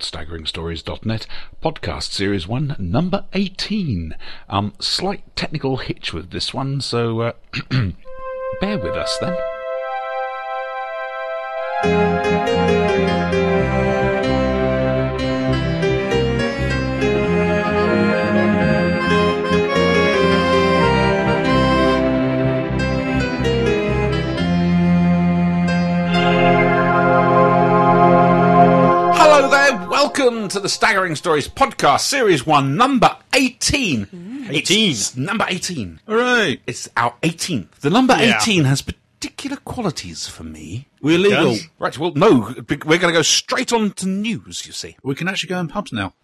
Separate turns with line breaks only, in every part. www.staggeringstories.net, podcast series 1, number 18. Um, slight technical hitch with this one, so uh, bear with us then. Hello there, welcome to the Staggering Stories podcast, series 1, number 18.
18.
It's number 18.
All right.
It's our 18th. The number
Yeah.
18 has particular qualities for me.
We're legal.
Yes. Right, well, no, be- we're going to go straight on to news, you see.
We can actually go in pubs now.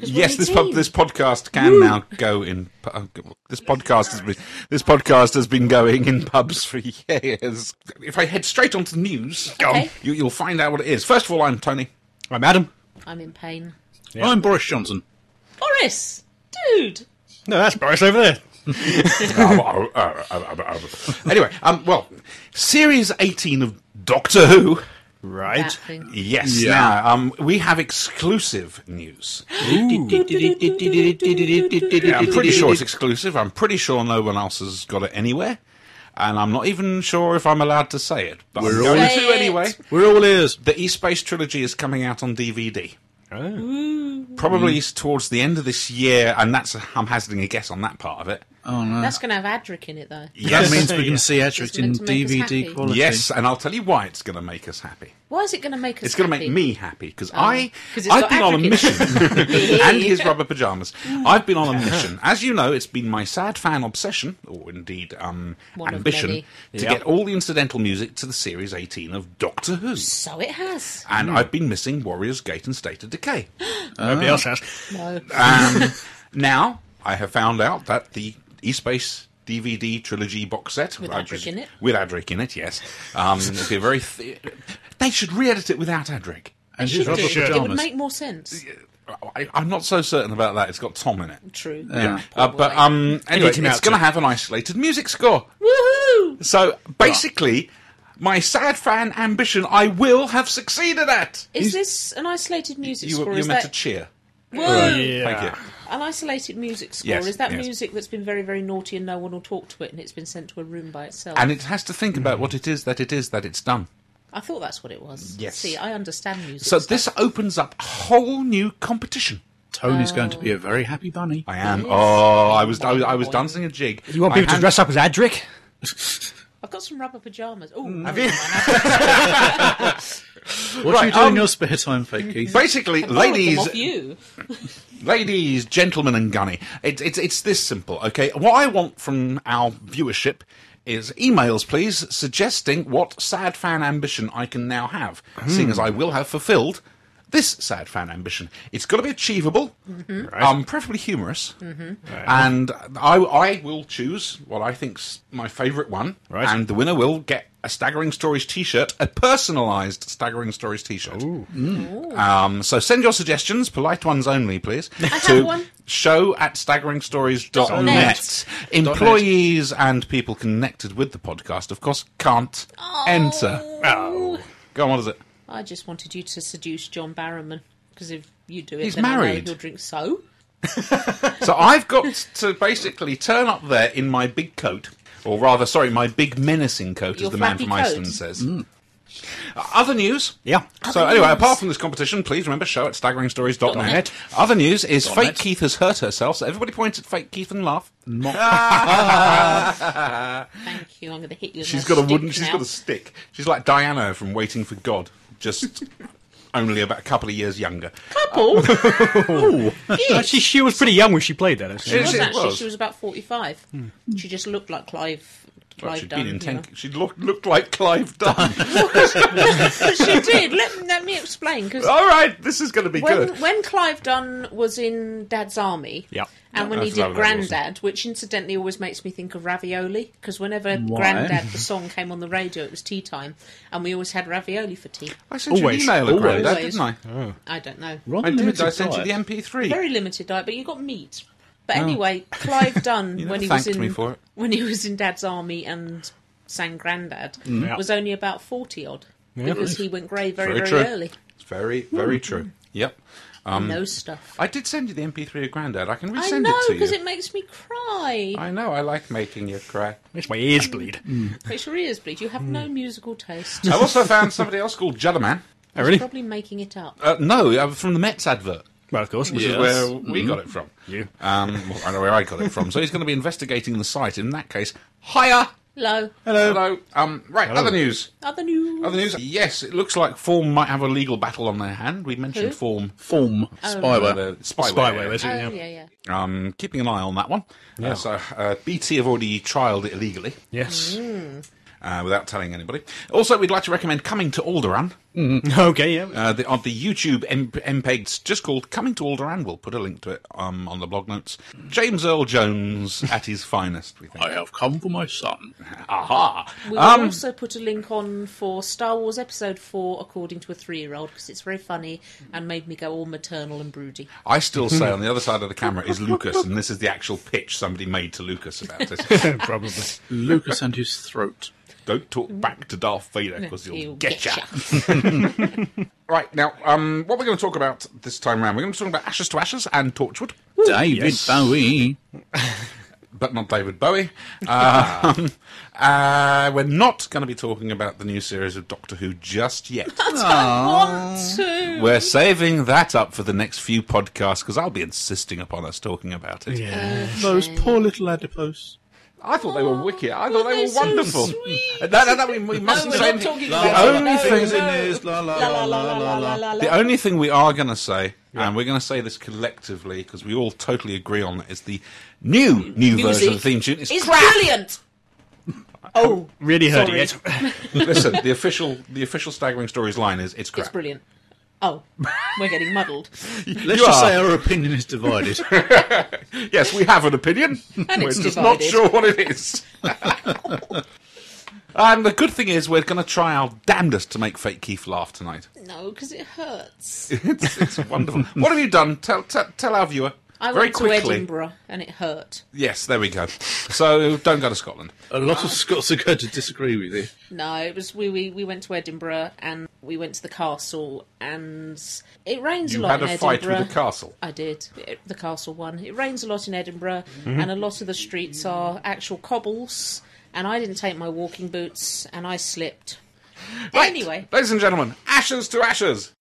Yes, this pod, this podcast can now go in. pu- uh, This podcast has been this podcast has been going in pubs for years. If I head straight on to the news,
Okay.
you, you'll find out what it is. First of all, I'm Tony.
I'm Adam.
I'm in pain.
I'm Boris Johnson.
Boris, dude.
No, that's Boris over there.
Oh, oh, oh, oh, oh, oh. anyway, um, well, series eighteen of Doctor Who.
Right.
That thing.
Yes,
Yeah.
now um, we have exclusive news. Yeah, I'm pretty sure it's exclusive. I'm pretty sure no one else has got it anywhere. And I'm not even sure if I'm allowed to say it, but
We're
I'm going
all-
to
Say it.
anyway.
We're all ears.
The East Space trilogy is coming out on DVD. Probably towards the end of this year, and that's I'm hazarding a guess on that part of it.
Uh. That's going to have Adric in it, though.
That means we
Yeah.
can see Ettrick
It's
in
meant to make us happy.
DVD quality.
Yes, and I'll tell you why it's going to make us happy.
Why is it going to make us
It's going to
happy? Oh,
make me happy because I
'Cause it's
I've
got
been on a
African.
mission and his rubber pajamas. I've been on a mission. As you know, it's been my sad fan obsession, or indeed um,
One of
ambition, to
many.
Yep.
get all the incidental music to the series 18 of Doctor Who.
So it has.
And I've been missing Warriors Gate and State of Decay.
Ah.
Nobody else has.
No.
Um, now I have found out that the Eastbase DVD trilogy box set
With
I
Adric
presu-
in it?
with Adric in it, yes. Um, it'd be a very th- they should re-edit it without Adric.
And
Should
his
do.
rubber
It would
pyjamas.
make more sense.
I, I'm not so certain about that. It's got Tom in it.
True.
Uh, but um, anyway, it's
him out
going to
too.
have an isolated music score.
Woohoo!
So basically, my sad fan ambition, I will have succeeded at.
Is this an isolated music
You,
score?
were- you
is
meant
that...
to cheer.
Whoa!
Thank you.
An isolated music score.
Yes,
is that
yes.
music that's been very, very naughty and no one will talk to it and it's been sent to a room by itself?
And it has to think about what it is that it is that it's done.
I thought that's what it was.
Yes.
See, I understand music.
So
stuff.
this opens up a whole new competition.
Tony's going to be a very happy bunny.
I am.
Yes.
Oh, I was, I was, I was dancing a jig.
You want
I
people to
hand-
dress up as Adric?
I've got some rubber pyjamas.
Mm.
Oh,
What do you
Right,
do
um,
in your spare time, Fake Keith?
Basically, ladies,
Off you.
Ladies, gentlemen, and Gunny, it, it's it's this simple, okay? What I want from our viewership is emails, please, suggesting what sad fan ambition I can now have, seeing as I will have fulfilled this sad fan ambition. It's got to be achievable, um, preferably humorous, and I, I will choose what I think's my favourite one,
Right.
and the winner will get a Staggering Stories T-shirt, a personalised Staggering Stories T-shirt. Um, so send your suggestions, polite ones only, please, to
one.
show at staggeringstories.net.
net.
Employees and people connected with the podcast, of course, can't enter.
Oh.
Go on, what is it?
I just wanted you to seduce John Barrowman because if you do it,
He's
then I know
married.
he'll drink so.
So I've got to basically turn up there in my big coat, or rather, sorry, my big menacing coat,
Your
as the man
flappy
from
coat.
Iceland says. Uh, Other news.
Yeah.
So anyway, apart from this competition, please remember show at staggeringstories.net. Other news is fake
net.
Keith has hurt herself, so everybody points at fake Keith and laugh.
Thank you. I'm going to hit you. with
She's
my
got a
stick
wooden. She's
now.
got a stick. She's like Diana from Waiting for God, just only about a couple of years younger.
couple.
Actually, she was pretty young when she played that. Actually.
she was
Yes, it
actually.
was.
She was about forty-five. She just looked like Clive. Clive
Like she'd
Dunn.
been in
you know.
tank. She looked looked like Clive Dunn.
but she did. Let, let me explain because
All right, this is going to be
when
Oh, good.
when Clive Dunn was in Dad's Army,
Yeah.
and when
I
he
forgot
did
about that, wasn't
Grandad, which incidentally always makes me think of Ravioli, because whenever
Why?
Grandad the song came on the radio, it was tea time, and we always had ravioli for tea.
I sent
Always.
you an email around that,
Always.
didn't I?
I don't know,
Rather
I did.
limited
I sent you
diet.
the MP3.
very limited diet, but you got meat. But anyway, Clive Dunn
Oh. You never
when he was
thanked
in
me for it.
when he was in Dad's Army and sang Grandad
Yeah.
was only about forty odd because he went grey very
Very
very,
true.
early.
It's It's very, very true. Yep. Um,
no stuff.
I did send you the MP3 of Grandad. I can
I,
resend
know
it to you.
because it makes me cry.
I know. I like making you cry.
Makes my ears bleed.
Makes your ears bleed. You have no
Hmm.
musical taste.
I also found somebody else called Judderman.
Oh, really?
Probably making it up.
Uh, no, uh, from the Mets advert,
Well, of course.
which
Yes.
is where we got it from.
You.
Um, well, I know where I got it from. So he's going to be investigating the site. In that case, higher.
Low.
Hello. Hello. Um, right. Other news.
Other news.
Other news. Yes, it looks like Form might have a legal battle on their hand. We mentioned
Who?
Form.
Form spyware.
The spyware.
Spyware, is it?
Oh,
yeah.
yeah, yeah.
Um, keeping an eye on that one. Uh, so uh, BT have already trialled it illegally.
Yes.
uh, without telling anybody. Also, we'd like to recommend Coming to Alderaan.
Okay, yeah.
Uh, the, on the YouTube M- MPEGs, just called Coming to Alderaan. We'll put a link to it um, on the blog notes. James Earl Jones at his finest, we think.
I have come for my son.
Aha!
We will also put a link on for Star Wars Episode 4 according to a three year old because it's very funny and made me go all maternal and broody.
I still say on the other side of the camera is Lucas, and this is the actual pitch somebody made to Lucas about this.
Probably.
Lucas and his throat.
Don't talk back to Darth Vader because he'll
He'll
get ya.
getcha.
Right, now, um, what we're going to talk about this time round, we're going to talk about Ashes to Ashes and Torchwood.
David Bowie.
but not David Bowie. Um, uh, we're not going to be talking about the new series of Doctor Who just yet.
Want to.
we're saving that up for the next few podcasts because I'll be insisting upon us talking about it.
Yeah.
Those poor little adipose.
I thought they were wicked. I thought
were
they
they
were
so
wonderful. No, no, no, we, we mustn't say
we're not
anything.
talking
The
about it.
only
No,
thing
no.
la la
La la la la la la la.
The only thing we are going to say, and we're going to say this collectively because we all totally agree on it, is the new new version of the theme tune is
It's
crap.
brilliant. Oh,
Really heard it yet.
Listen, the official the official staggering stories line is it's crap.
it's brilliant. Oh, we're getting muddled.
Let's
You
just
are.
say our opinion is divided.
Yes, we have an opinion.
And it's
we're just not
divided.
sure what it is. and the good thing is, we're going to try our damnedest to make Fake Keith laugh tonight.
No, because it hurts.
It's, it's wonderful. what have you done? Tell tell, tell our viewer
I
very
went
quickly.
to Edinburgh and it hurt.
Yes, there we go. So don't go to Scotland.
a lot of Scots are going to disagree with you.
No, it was we, we we went to Edinburgh and we went to the castle and it rains
You
a lot
had
in
a
Edinburgh.
fight with the castle.
I did it- the castle one. It rains a lot in Edinburgh,
Mm-hmm.
and a lot of the streets are actual cobbles. And I didn't take my walking boots, and I slipped.
Right,
Anyway,
ladies and gentlemen, ashes to ashes.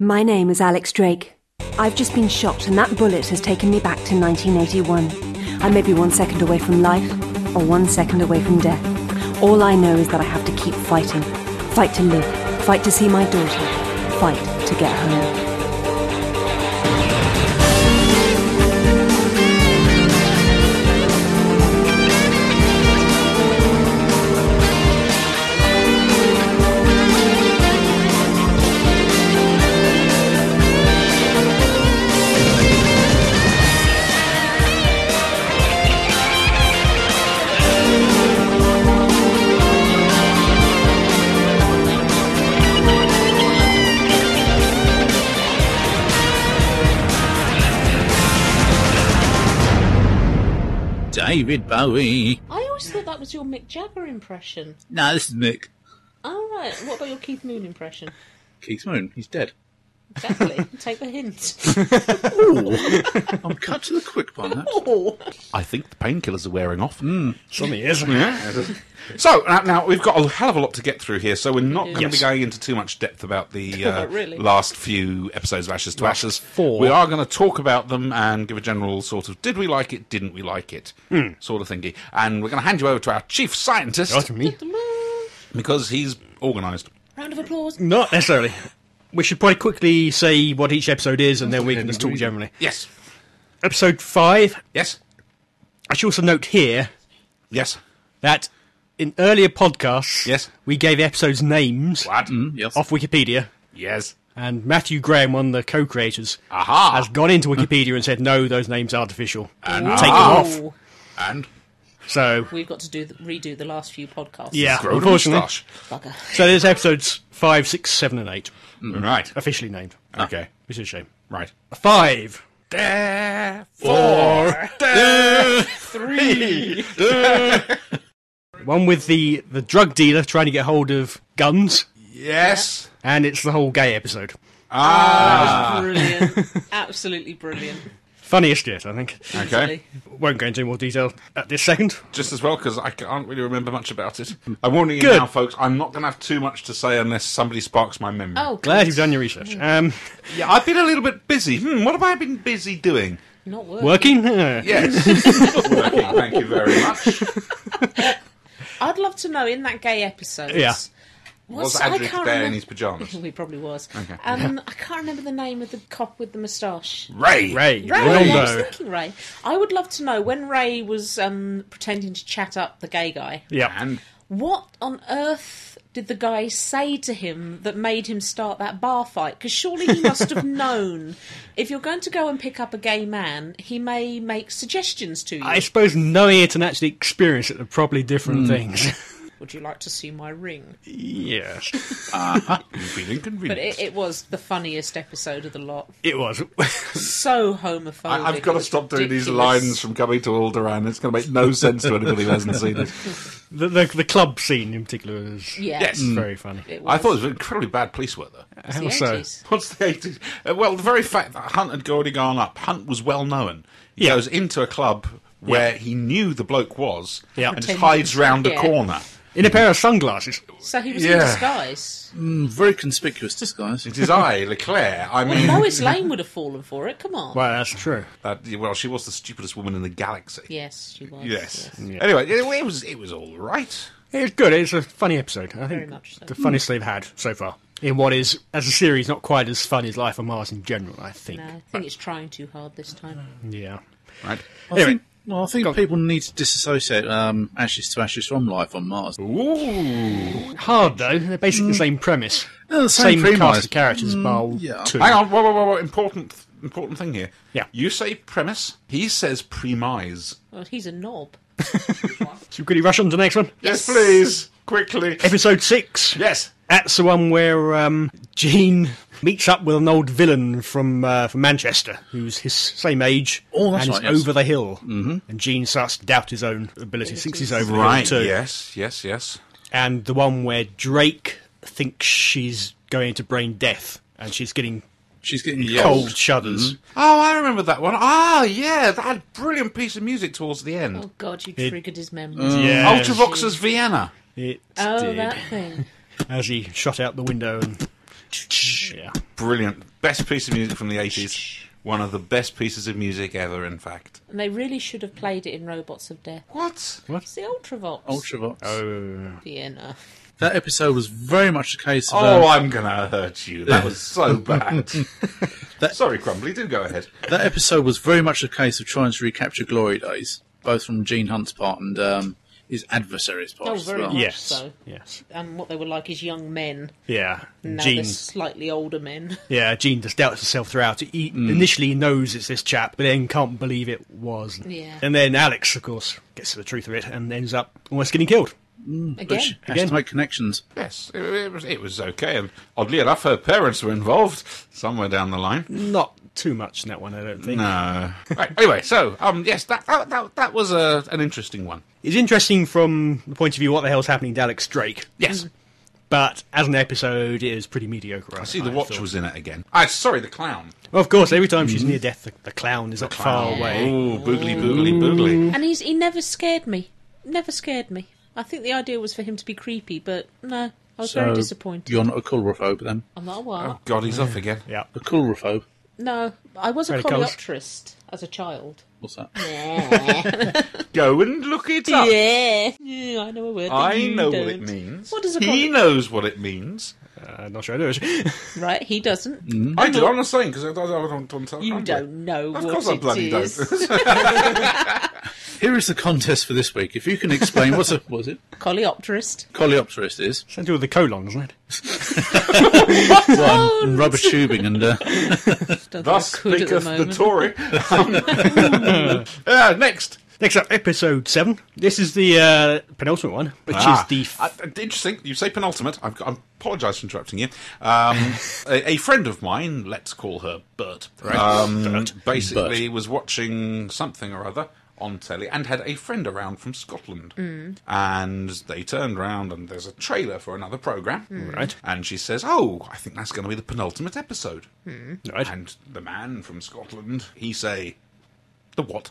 My name is Alex Drake. I've just been shot, and that bullet has taken me back to 1981. I may be one second away from life, or one second away from death. All I know is that I have to keep fighting. Fight to live, fight to see my daughter, fight to get home.
David Bowie.
I always thought that was your Mick Jagger impression.
No, this is Mick.
All right, what about your Keith Moon impression?
Keith Moon. He's dead.
Exactly. Take the hint.
I'm cut to the quick one. That.
Oh.
I think the painkillers are wearing off.
Something is.
So uh, now we've got a hell of a lot to get through here, so we're not going to be
Yes.
going into too much depth about the uh,
Really?
last few episodes of Ashes to Ashes.
four.
We are going to talk about them and give a general sort of did we like it, didn't we like it sort of thingy. And we're going to hand you over to our chief scientist
Not me.
because he's organised.
Round of applause.
Not necessarily. We should probably quickly say what each episode is, and then we can just talk generally.
Yes,
Episode five.
yes,
I should also note here
yes.
that in earlier podcasts,
Yes.
we gave episodes names
What?
Yes.
off Wikipedia,
Yes.
and Matthew Graham, one of the co-creators,
Aha.
has gone into Wikipedia and said, "No, those names are artificial. Take them off."
Oh,
And
So
We've got to do the, redo the last few podcasts.
yeah,
grown a
unfortunately.
moustache.
Bugger.
So there's episodes five, six, seven, and eight
Right.
officially named,
Okay.
which is a shame.
Right.
Five.
There. Four. There. Three.
One with the, the drug dealer trying to get hold of guns.
Yes. Ah.
and it's the whole gay episode.
Brilliant. Absolutely brilliant.
Funniest yet, I think.
Okay.
Won't go into more detail at this second.
Just as well, because I can't really remember much about it. I'm warning you
Good.
now, folks, I'm not going to have too much to say unless somebody sparks my memory.
Oh,
Glad you've done your research. Um,
Yeah, I've been a little bit busy. Hmm, what have I been busy doing?
not working.
working? Uh,
Yes. Working, thank you very much.
I'd love to know in that gay episode.
Yeah.
Was
I
Adric
can't
there in
remember-
his pyjamas?
He probably was. Um, I can't remember the name of the cop with the moustache.
Ray.
Ray.
Ray, yeah, I was
Redondo.
thinking Ray. I would love to know when Ray was um, pretending to chat up the gay guy.
Yeah.
And
What on earth did the guy say to him that made him start that bar fight? Because surely he must have known. If you're going to go and pick up a gay man, he may make suggestions to you.
I suppose knowing it and actually experiencing it are probably
Hmm.
different things.
Would you like to see my ring?
yes,
uh, you've been
But
inconvenienced.
it, it was the funniest episode of the lot.
it was.
So homophobic.
I, I've got
It
to
was
stop doing these
ridiculous.
lines from coming to Alderaan. It's going to make no sense to anybody who hasn't seen it.
the, the, the club scene in particular was
Yeah.
Yes.
very funny.
It
I
was.
thought it was incredibly bad police work, though.
It's the
How so?
80s.
What's the 80s? Uh, well, the very fact that Hunt had already gone up, Hunt was well known. He
Yeah.
goes into a club where he knew the bloke was
Yeah.
and just
Pretended.
hides round a
Yeah.
corner.
In a pair of sunglasses.
So he was in
Yeah.
disguise.
Very conspicuous disguise.
It is I, Leclerc. I mean,
Lois Lane would have fallen for it. Come on.
Well, that's true.
that, well, she was the stupidest woman in the galaxy.
Yes, she was.
Yes.
Yeah.
Anyway, it, it was it was all right.
It was good. It's a funny episode. I think
Very much so.
the funniest they've had so far in what is, as a series, not quite as fun as Life on Mars in general. I think.
No, I think it's trying too hard this time.
Yeah.
Right.
I
Anyway.
think, well, I think people need to disassociate um, Ashes to Ashes from Life on Mars.
Ooh.
Hard though. They're basically the same premise.
Yeah, Mm. Uh, the same
same
premise. Mm,
cast of characters. Bar
yeah.
two.
Hang on. Whoa, whoa, whoa, whoa. Important, important thing here.
Yeah.
You say premise. He says premise.
Well, he's a knob.
Should we quickly rush on to the next one?
Yes, please. Quickly.
Episode six.
Yes.
That's the one where um, Gene meets up with an old villain from uh, from Manchester, who's his same age
Oh, that's
and
right,
is
yes.
over the hill. Mm-hmm. And Gene starts to doubt his own ability. Thinks he's over
Right.
the hill too.
Yes. Yes. Yes.
and the one where Drake thinks she's going to brain death and she's getting
She's getting
cold
cold.
shudders.
Mm-hmm.
Oh, I remember that one. Ah, yeah, that brilliant piece of music towards the end.
Oh, God, you triggered his memory.
Yes.
Ultravox's Vienna.
It
oh,
did.
that thing.
As he shot out the window and. yeah.
Brilliant. Best piece of music from the 80s. One of the best pieces of music ever, in fact.
And they really should have played it in Robots of Death.
What?
It's the Ultravox.
Ultravox.
Vienna.
That episode was very much a case of.
Oh,
um,
I'm going to hurt you. That was so bad.
That-
Sorry, Crumbly, do go ahead.
that episode was very much a case of trying to recapture glory days, both from Gene Hunt's part and um, his adversary's part.
Oh,
as
very
well.
much.
Yes.
so.
Yes.
And what they were like as young men.
Yeah.
Now
Gene.
they're slightly older men.
Yeah, Gene just doubts herself throughout. He
Mm.
initially knows it's this chap, but then can't believe it was.
Yeah.
And then Alex, of course, gets to the truth of it and ends up almost getting killed.
But
Again.
she has to make connections.
Yes, it, it was, it was okay. And oddly enough, her parents were involved somewhere down the line.
Not too much in that one, I don't think.
No. right, anyway, so, um, yes, that, that, that, that was a, an interesting one.
It's interesting from the point of view what the hell's happening to Alex Drake. Mm.
Yes.
but as an episode, it is pretty mediocre. I,
See, the watch was Mm. in it again. Ah, sorry, the clown.
Well, of course, every time she's near death, the, the clown is not far away.
Oh, boogly, boogly, boogly.
And he's, he never scared me. Never scared me. I think the idea was for him to be creepy, but no. I was very
So,
disappointed.
You're not a coulrophobe then?
I'm not a what?
Oh, God, he's off again.
Yeah.
A coulrophobe.
No, I was a
Very close.
coleopterist as a child.
What's that?
Go and look it up.
Yeah. yeah, I know a word. that
I
you
know what
don't.
it means.
What does a
he
coleo-
knows what it means.
Uh, not sure I know.
Right, he doesn't.
I do. I'm not saying because I, I don't. don't tell
You
Crumbly.
don't know
Of
what
course, I
it
bloody
is.
don't.
Here is the contest for this week. If you can explain what's a what is it?
Coleopterist.
Coleopterist is
Something to do with the colon, isn't it?
well, and rubber tubing and uh,
Don't think I
Thus
could at the
speaketh the,
moment.
Tory. Uh, next,
Next up, episode seven. This is the uh, penultimate one, which
Ah,
is the. F-
uh, interesting. You say penultimate. I've got, I apologise for interrupting you. Um, a, a friend of mine, let's call her Bert, um, basically was watching something or other on telly and had a friend around from Scotland.
Mm.
And they turned round and there's a trailer for another programme.
Mm. Right.
And she says, Oh, I think that's going to be the penultimate episode.
Mm. Right.
And the man from Scotland, he say, The what?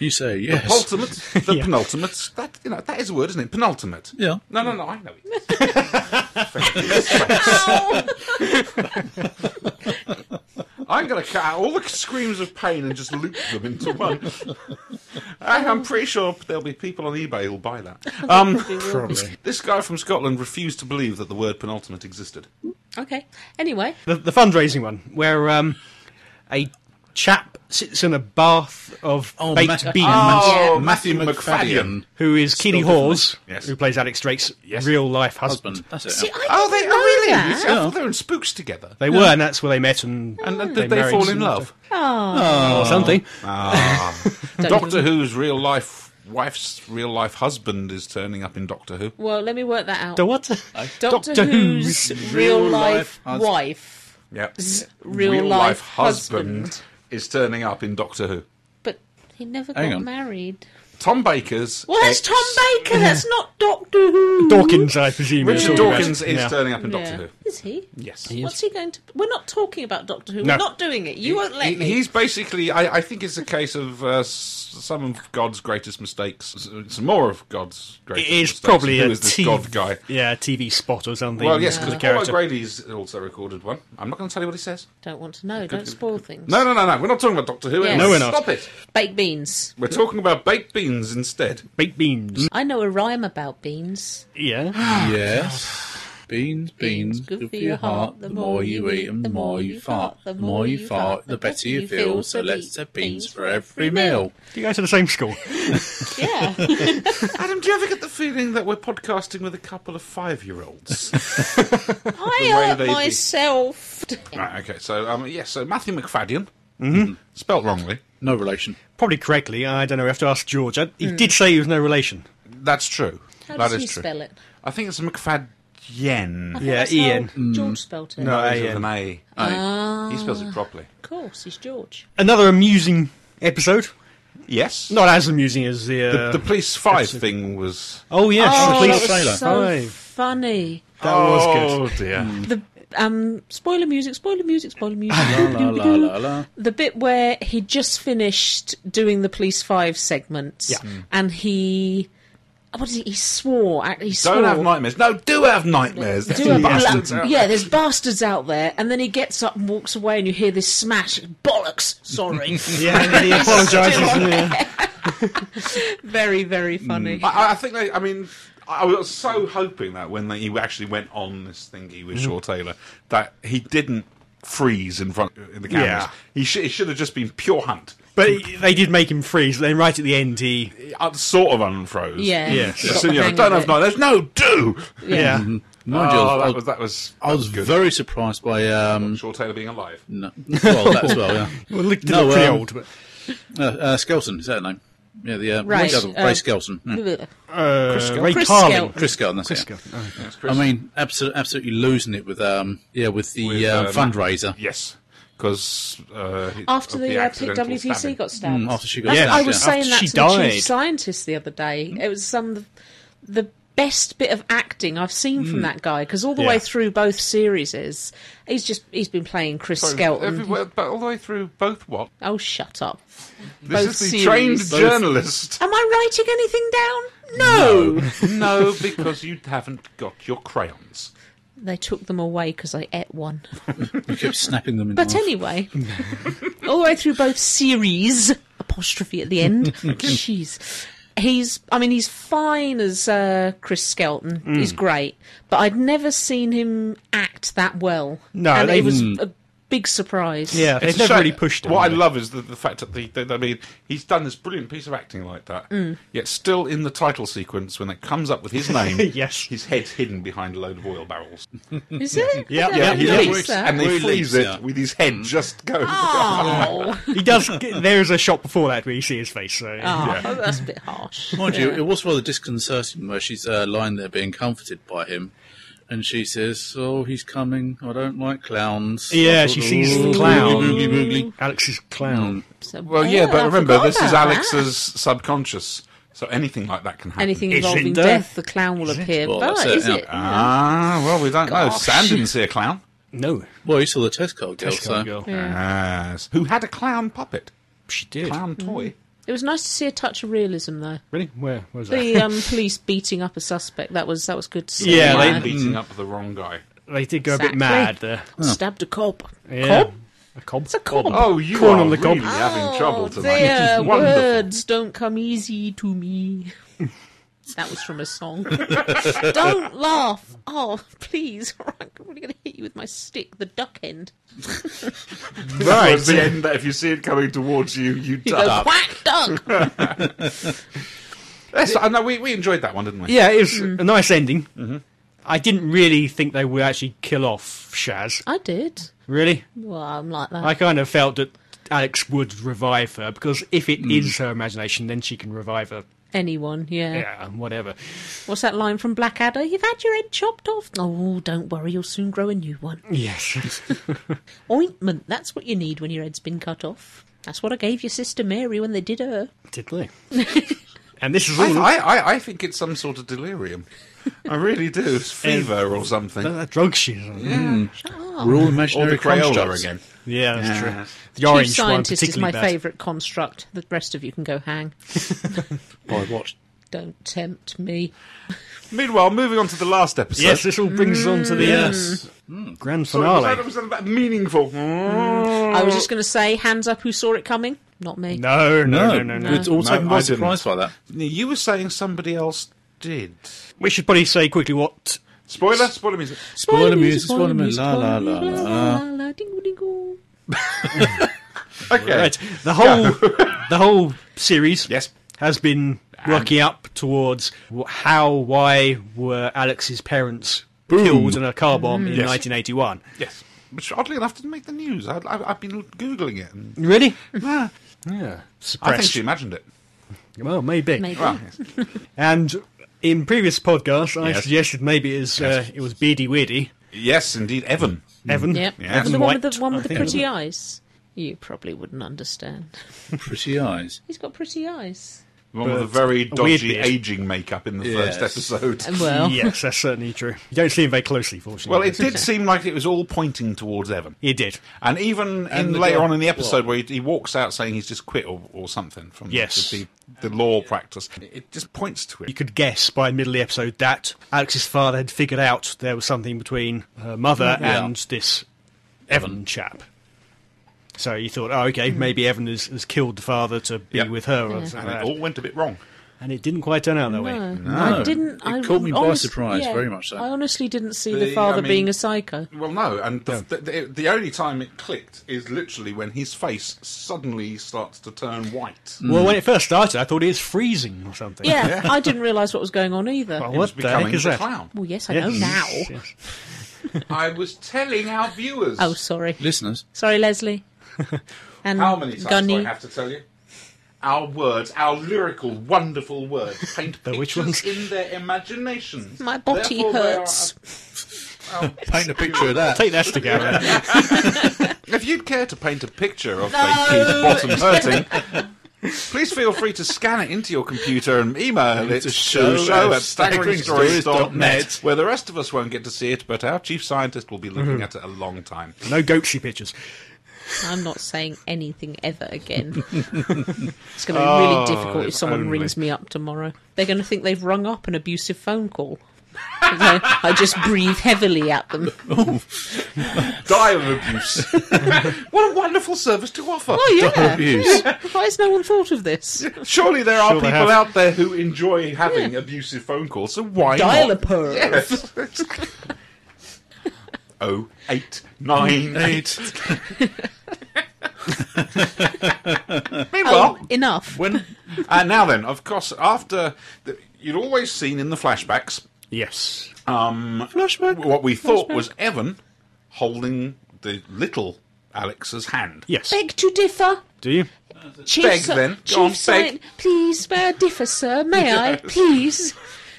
You say yes.
Penultimate? The
Yeah.
penultimate? That, you know, that is a word, isn't it? Penultimate.
Yeah.
No, no, no, I know it.
Ow!
I'm going to cut out all the screams of pain and just loop them into one. I, I'm pretty sure there'll be people on eBay who'll buy that. Um,
Probably.
this guy from Scotland refused to believe that the word penultimate existed.
okay. Anyway,
the, the fundraising one where um, a chap sits in a bath of
Oh,
baked
Ma-
beans.
Oh,
Yeah.
Matthew McFadden.
Who is Keely Hawes,
Yes.
who plays Alex Drake's
Yes.
real life husband.
Husband. That's it.
see, I
Oh, they
didn't
oh,
know
really?
that.
I thought they were in spooks together.
They were, and that's where they met, and,
And then did
they
they,
married
fall in
and-
love? Oh.
or something.
Don't
Doctor
do-
Who's real life wife's real life husband is turning up in Doctor Who.
Well, let me work that out.
The what?
Doctor,
Doctor
Who's real
life
life
hus-
wife,
Yep.
real life husband.
is turning up in Doctor Who.
but he never
Hang
got
on.
married.
Tom Baker's
Well, that's
ex-
Tom Baker. That's not Doctor Who.
Dawkins, I presume. you're
Richard
talking about.
Dawkins is
Yeah.
turning up in Doctor
Yeah.
Who.
Is he?
Yes.
What's he going to? We're not talking about Doctor Who.
No.
We're not doing it. You won't let
He-
me.
He's basically. I, I think it's a case of uh, s- some of God's greatest mistakes. s- Some more of God's
It
greatest.
is
mistakes.
probably
Who
a
is this
TV
God guy?
Yeah, a TV spot or something.
Well, yes,
for
because
the
Paul
character.
O'Grady's also recorded one. I'm not going to tell you what he says.
Don't want to know. Don't spoil things.
No, no, no, no. We're not talking about Doctor Who.
Yes.
anyway.
No, we're
not.
Stop it.
Baked beans.
We're talking about baked beans instead.
Baked beans.
Mm.
I know a rhyme about beans.
Yeah.
Yes. Beans, beans, good for your heart. The more you eat 'em, the more you fart. The more you fart, the better you feel. So let's have beans for every meal.
Do you guys to the same school?
Yeah.
Adam, do you ever get the feeling that we're podcasting with a couple of five-year-olds?
I
way
hurt
they be-
myself.
right. Okay. So, um, yes. So Matthew McFadden,
Mm-hmm.
spelt wrongly.
No relation.
Probably correctly. I don't know. We have to ask George. I, he
Mm.
did say he was no relation.
That's true.
How
That
does he
is true.
spell it?
I think it's McFadyen.
Yeah,
That's
Ian.
How George spelled it.
Mm. No,
No,
it's
A
with an A. He spells it properly.
Of course, he's George.
Another amusing episode.
Yes.
Not as amusing as the. Uh,
The Police Five thing was.
oh yes,
Oh,
the
that
police
was Sailor.
so
Five.
funny.
That was good.
Oh dear.
The um, spoiler music, spoiler music, spoiler music.
La la la la.
the bit where he just finished doing the Police Five segment,
Yeah. Mm.
and he what did he, he swore? act- He swore.
Don't have nightmares. No, do have nightmares. That's
Do a-
bastards.
like,
out
yeah, there's bastards out there, and then he gets up and walks away, and you hear this smash. Bollocks! Sorry,
Yeah, and he apologises. yeah.
very, very funny.
I, I- I think they. I mean, I was so hoping that when they, he actually went on this thingy with Shaw Taylor, that he didn't freeze in front in the cameras.
Yeah.
He, sh- it should have just been pure hunt.
But he- they did make him freeze. Then right at the end, he
Uh, sort of unfroze.
Yeah,
Yes.
Got
So,
the
you know,
hang
don't
of
have
it.
nightmares. No, do.
yeah.
Mm-hmm. Mind you, I
Oh,
was- Mm. I
that
was,
was that was
I was very surprised by um.
Shaw Taylor being alive.
No, well, that as well. Yeah.
Well, looked
No,
pretty
um,
old, but
Uh, uh, Skelton is that her name? Yeah, the uh,
Right,
what's the other-
uh,
Ray Skelton. Yeah.
uh,
Skelton.
Ray
Chris
Carling.
Skelton.
Chris Skelton. That's
Chris
it.
Skelton. Oh, okay.
I mean, absolutely, absolutely losing it with um, yeah, with the
With,
uh,
um,
fundraiser
Yes, because uh, he-
After
of
the, uh, P-
accidental
WPC
stabbing.
got stabbed.
Mm,
after she got
That's-
stabbed,
I was
yeah.
saying
After
that
she
to the
died.
chief scientist the other day. It was some of the, the best bit of acting I've seen from that guy because all the
Mm. Yeah.
way through both series, he's just he's been playing Chris
Sorry,
Skelton.
everywhere- but all the way through both what?
Oh, shut up!
This
Both
is the
series.
trained
Both-
journalist.
Am I writing anything down? No.
no, because you haven't got your crayons.
They took them away because I ate one.
You kept snapping them in
But
half.
anyway, all the way through both series, apostrophe at the end. Jeez. He's, I mean, he's fine as uh, Chris Skelton.
Mm.
He's great. But I'd never seen him act that well.
No,
and
they-
it was a big surprise.
Yeah,
It's
they've
a
never
shame.
really pushed him.
What I
have they?
love is the, the fact that the, the- I mean, he's done this brilliant piece of acting like that,
Mm.
yet still in the title sequence when it comes up with his name,
Yes.
his head's hidden behind a load of oil barrels,
Is it? I
Yeah,
don't
yeah,
know,
yeah.
is that?
and they
Really?
freeze it
Yeah.
with his head just going.
Oh,
He does. get- there is a shot before that where you see his face. So
Oh, that's a bit harsh.
Mind
Yeah.
you, it was rather disconcerting where she's uh, lying there being comforted by him, and she says, "Oh, he's coming. I don't like clowns."
Yeah,
I
she
thought,
sees the
"Ooh,
clown."
boogly, boogly."
Alex is clown.
So,
Well, yeah,
Oh, I
but remember,
forgot
this is
about
Alex's subconscious, so anything like that can
that.
happen.
Anything
Is it
involving
though?
death, the clown will appear.
Well,
but
that's it
is
now.
it?
Ah, well, we don't know.
Gosh.
Sand didn't see a clown.
No,
Well, you saw the Tesco girl,
Tesco
so
girl.
Yes. Who had a clown puppet?
She did.
Clown toy.
It was nice to see a touch of realism, though.
Really? Where was that?
The um, police beating up a suspect. That was that was good. To see.
Yeah,
Man
they-
beating up the wrong guy.
They did go a bit
Exactly.
mad there.
stabbed a cop.
Yeah.
Cob?
A cob. It's
a cob.
Oh, you
Corn
are
on the cob.
really having Oh, trouble tonight.
Oh, Dear,
Wonderful.
words don't come easy to me. That was from a song. don't laugh. Oh, please. I'm really going to hit you with my stick, the duck end.
Right. Towards the end, that if you see it coming towards you, you
You
duck.
go, quack, duck.
That's, I know, we, we enjoyed that one, didn't we?
Yeah, it was
Mm.
a nice ending. Mm-hmm. I didn't really think they would actually kill off Shaz.
I did.
Really,
Well, I'm like that.
I kind of felt that Alex would revive her because if it is her imagination, then she can revive her.
Anyone, yeah.
Yeah, and whatever.
What's that line from Blackadder? You've had your head chopped off. Oh, don't worry, you'll soon grow a new one.
Yes.
Ointment, that's what you need when your head's been cut off. That's what I gave your sister Mary when they did her.
did they? and this is
I,
all.
I, I, I think it's some sort of delirium. I really do. It's fever or something.
that, that uh, drug she's on.
we're all
or
imaginary
the Crayola
constructs.
again.
Yeah, that's
Yeah.
true. The
Chief
orange one
scientist is
particularly
my
bad.
favourite construct. The rest of you can go hang.
By what?
Don't tempt me.
Meanwhile, moving on to the last episode.
Yes, this all brings us on to the
Mm.
Yes.
uh, grand
Sorry, was
finale.
that, was that about meaningful? Mm.
I was just going to say, hands up who saw it coming. Not me.
No, no, no, no, no.
It's all
No,
taken
I
by
didn't.
surprise by that.
You were saying somebody else did.
We should probably say quickly what
Spoiler, spoiler music.
Spoiler music, spoiler music, la la la la. la.
la, dingle, dingle.
Okay.
Right. The whole the whole series
Yes.
has been working up towards wh- how why were Alex's parents killed in a car bomb in
Mm. Yes.
1981.
Yes. Which oddly enough didn't make the news. I, I, I've been googling it. And,
Really?
Ah,
Yeah.
I think
Suppressed.
she imagined it.
well, maybe.
Maybe.
Well, yes.
And in previous podcasts, I
Yes.
suggested maybe it was, uh, it was Beardy Weirdy.
Yes, indeed, Evan.
Evan.
Yep.
Yeah.
the one with
White,
the, one
I
with the
think.
pretty eyes. You probably wouldn't understand.
Pretty eyes.
He's got pretty eyes.
The one with a
But
very
a weird
dodgy
beard.
aging makeup in the
Yes.
first episode.
Uh, Well,
Yes, that's certainly true. You don't see him very closely, fortunately.
Well, it did seem like it was all pointing towards Evan.
He did.
And even
And
in
the
later
guy-
on in the episode
what?
where he, he walks out saying he's just quit or, or something from
Yes.
the, the, the law practice, it just points to
You
it.
could guess by the middle of the episode that Alex's father had figured out there was something between her mother
Yeah.
and this Evan chap. So you thought, oh, okay, maybe Evan has, has killed the father to be
Yeah.
with her. Or
Yeah.
something
And
like
it
that.
all went a bit wrong.
And it didn't quite turn out that
no,
way.
I
It
didn't. I
caught me by
honest-
surprise,
yeah,
very much so.
I honestly didn't see the,
The- I
father being
mean-
a psycho.
Well, no, and the, the, the, the only time it clicked is literally when his face suddenly starts to turn white.
Well, when it first started, I thought it was freezing or something.
Yeah, I didn't realise what was going on either.
Well,
It was
what the heck
becoming
is
the
that?
clown.
Well, yes, I
Yes.
know now.
Yes.
I was telling our viewers.
Oh, sorry.
Listeners,
Sorry, Leslie. And
How many times
Gunny.
do I have to tell you? Our words, our lyrical, wonderful words, paint
But
pictures
which ones?
in their imaginations.
My body
Therefore they are-
hurts.
Oh,
paint a picture of that.
Take that together.
If you'd care to paint a picture of Keith's bottom hurting, please feel free to scan it into your computer and email it to show, at staggeringstories.net, where the rest of us won't get to see it, but our chief scientist will be looking at it a long time.
no goatsy pictures.
I'm not saying anything ever again. it's going to be really difficult if
if
someone
only.
rings me up tomorrow. They're going to think they've rung up an abusive phone call. I I just breathe heavily at them.
Die of abuse. what a wonderful service to offer.
Oh yeah,
Abuse.
yeah. Why has no one thought of this?
Surely there are
Sure they
people
have.
out there who enjoy having abusive phone calls, so why
Dial a
not?
perv.
Yes. oh, eight, nine, eight. Meanwhile,
Oh, enough.
when uh, now then, of course, after the, you'd always seen in the flashbacks
Yes.
Um, flashback what we thought was Evan holding the little Alex's hand.
Yes.
Beg to differ.
Do you?
Chief,
Beg
sir-
then. Go
Chief uh,
on, beg.
Scientist, please may I differ, sir? May I, please?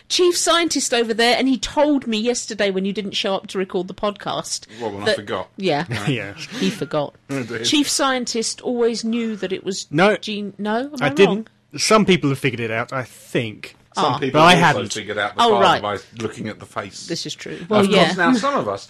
chief scientist over there, and he told me yesterday when you didn't show up to record the podcast.
Well, when I
that-
forgot.
Yeah,
yeah.
he forgot.
dear.
chief scientist always knew that it was
No.
Gene. No, am I,
I,
wrong?
didn't. Some people have figured it out, I think.
Some
Ah.
people
But I
also
hadn't.
figured out the
Oh,
father
right.
by looking at the face.
This is true. Well,
of
yeah.
course, now some of us,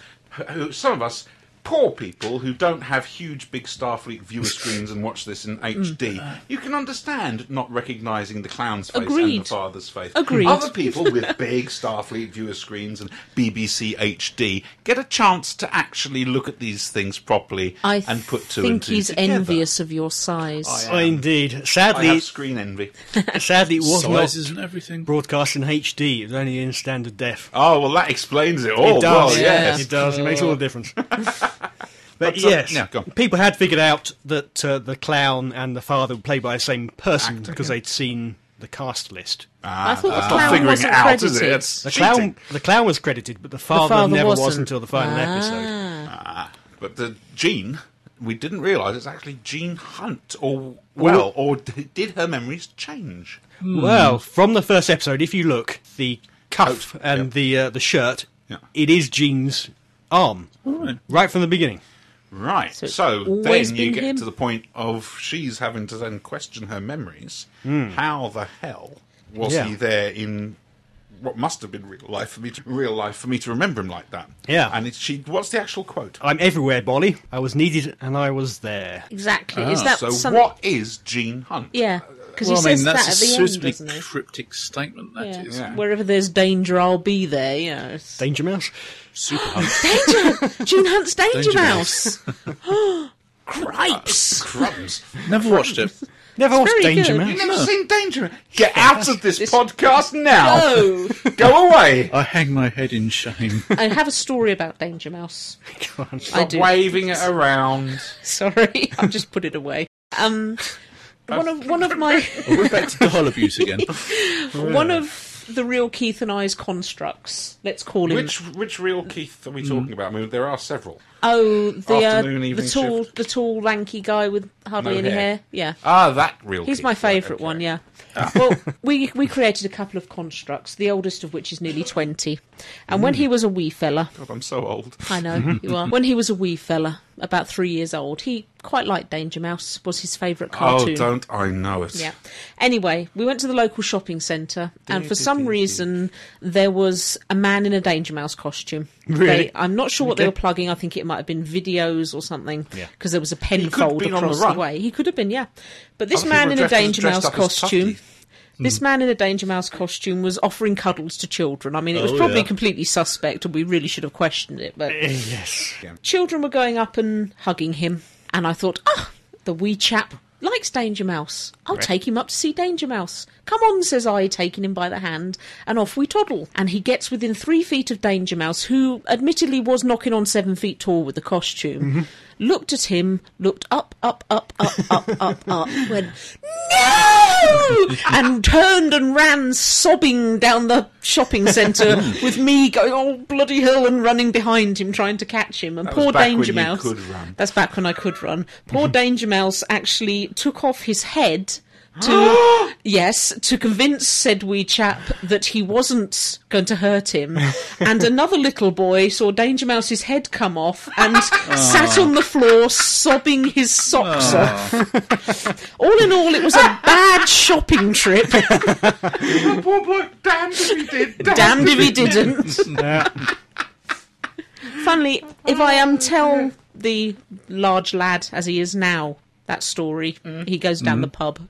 who, some of us, poor people who don't have huge big Starfleet viewer screens and watch this in
Mm.
HD, you can understand not recognising the clown's face and
Agreed.
the father's face.
Agreed.
Other people with big Starfleet viewer screens and BBC HD get a chance to actually look at these things properly
I
and put two
think
and two
he's
together.
envious of your size.
I
Oh, indeed.
I have
Sadly,
screen envy.
sadly, it was
Size
not
isn't everything.
broadcast in HD. It was only in standard def.
Oh well, that explains it all.
it does.
Oh, Well, yes.
It does. It makes all the difference. but,
so-
yes,
yeah, go on.
people had figured out that uh, the clown and the father were played by the same person because they'd seen the cast list.
I thought the
That's not
clown
figuring it
wasn't
out,
credited.
is it? It's
Ah, The
cheating.
clown, the clown was credited, but the
The
father,
father
never was
wasn't.
until the final
Ah.
episode.
Ah, But the Jean, we didn't realise it's actually Jean Hunt, or well, or d- did her memories change?
Well, from the first episode, if you look, the cuff
Coat,
and
yep.
the uh, the shirt,
Yeah.
it is Jean's arm
Right.
right from the beginning.
Right. So,
So it's always
then you
been
get
him?
to the point of she's having to then question her memories. How the hell was
Hmm. Yeah.
he there in what must have been real life for me to real life for me to remember him like that?
Yeah.
And it's she. What's the actual quote?
I'm everywhere, Bolly. I was needed and I was there.
Exactly. is
Ah,
that
So
some-
what is Jean Hunt?
Yeah, because
Well,
he
I mean,
says
that's
that at
a
the end,
suitably
doesn't he?
cryptic statement, That is
Yeah.
Yeah.
Wherever there's danger, I'll be there. You know.
Danger Mouse.
Super Hunt.
danger, June Hunt's Danger,
Danger
Mouse. Cripes!
Crumbs.
Never watched it.
Never watched
very
Danger
good.
You've
Mouse.
never seen Danger. Get out of this, podcast now.
Oh,
Go away.
I hang my head in shame.
I have a story about Danger Mouse.
Come on.
I
Stop
do.
waving it around.
Sorry, I've just put it away. Um, one of one of my
We're back to doll abuse again.
one of the real Keith and I's constructs. Let's call him.
Which which real Keith are we talking about? I mean, there are several.
oh, the uh,
Afternoon,
the
evening
tall
shift.
the tall lanky guy with hardly
No
any
hair.
hair. Yeah.
Ah, that real.
He's
Keith,
my
right,
favourite
okay. Ah.
one, yeah. Well, we we created a couple of constructs, the oldest of which is nearly twenty. And when he
Mm.
was a wee fella,
God, I'm so old.
I know
Mm-hmm.
you are. When he was a wee fella, about three years old, he quite liked Danger Mouse. Was his favourite cartoon.
Oh, don't I know it?
Yeah. Anyway, we went to the local shopping centre, and for some reason, there was a man in a Danger Mouse costume.
Really?
They, I'm not sure what they
Okay.
were plugging. I think it might have been videos or something, because
Yeah.
there was a
could have
penfold
been on the
across
run.
way. He could have been, yeah. But this
Other
man
people
in a
dressed as-
Danger
dressed
Mouse
up as
costume.
Tufty. Hmm.
This man in a Danger Mouse costume was offering cuddles to children. I mean,
Oh,
it was probably
yeah.
completely suspect, and we really should have questioned it. But
Yes.
children were going up and hugging him, and I thought, oh, the wee chap likes Danger Mouse. I'll take him up to see Danger Mouse. Come on, says I, taking him by the hand, and off we toddle. And he gets within three feet of Danger Mouse, who admittedly was knocking on seven feet tall with the costume. Looked at him, looked up, up, up, up, up, up, up, went, no! and turned and ran sobbing down the shopping centre with me going, oh, bloody hell, and running behind him, trying to catch him. And
That was
poor
back when
Danger
you
Mouse.
could run. Mm-hmm.
That's back when I could run. Poor Danger Mouse actually took off his head to yes to convince said wee chap that he wasn't going to hurt him and another little boy saw danger mouse's head come off and sat on the floor sobbing his socks off all in all it was a bad shopping trip
Oh, poor bloke. Damned if he did. Damned,
damned if he didn't.
Uh,
Funnily, if I um tell the large lad as he is now that story,
Mm.
he goes down the pub.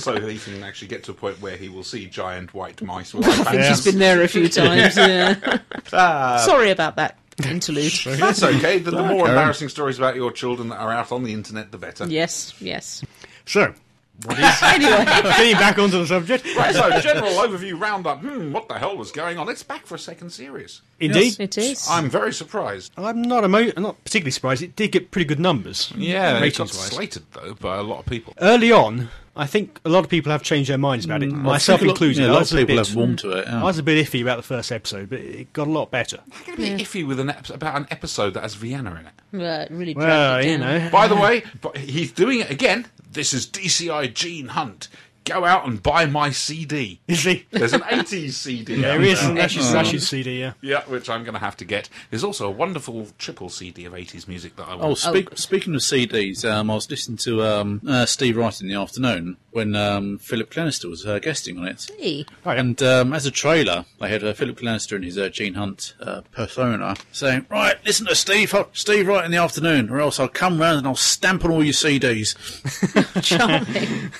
so he can actually get to a point where he will see giant white mice. All I
Yeah.
He's been there a few times. yeah. Sorry about that interlude.
That's okay. The, the more embarrassing stories about your children that are out on the internet, the better.
Yes, yes.
So,
Anyway,
getting back onto the subject.
Right, so general overview roundup. Hmm, what the hell was going on? It's back for a second series.
Indeed.
it is.
I'm very surprised.
I'm not emo- I'm not particularly surprised. It did get pretty good numbers.
Yeah, it got
ratings wise.
slated though by a lot of people.
Early on, I think a lot of people have changed their minds about it, myself
Mm, I think a lot-
included.
yeah,
I,
lots
was
of
a
people
bit,
have warmed to it. yeah.
I was a bit iffy about the first episode, but it got a lot better.
I'm going to be iffy with an ep- about an episode that has Vienna in it.
Well, it really dragged
Well,
it
you
down.
know,
By the way, but he's doing it again. This is DCI Gene Hunt. go out and buy my CD.
Is he?
There's an 80s CD.
There
out
is.
now.
and That's his, that's his CD, yeah.
Yeah, which I'm going to have to get. There's also a wonderful triple CD of 80s music that I
Oh,
want.
speak, speaking of CDs, um, I was listening to um, uh, Steve Wright in the afternoon when um, Philip Glenister was uh, guesting on it.
Hey.
Oh,
And um, as a trailer, they had uh, Philip Glenister and his uh, Gene Hunt uh, persona saying, "Right, listen to Steve, Steve Wright in the afternoon, or else I'll come round and I'll stamp on all your CDs."
Charming.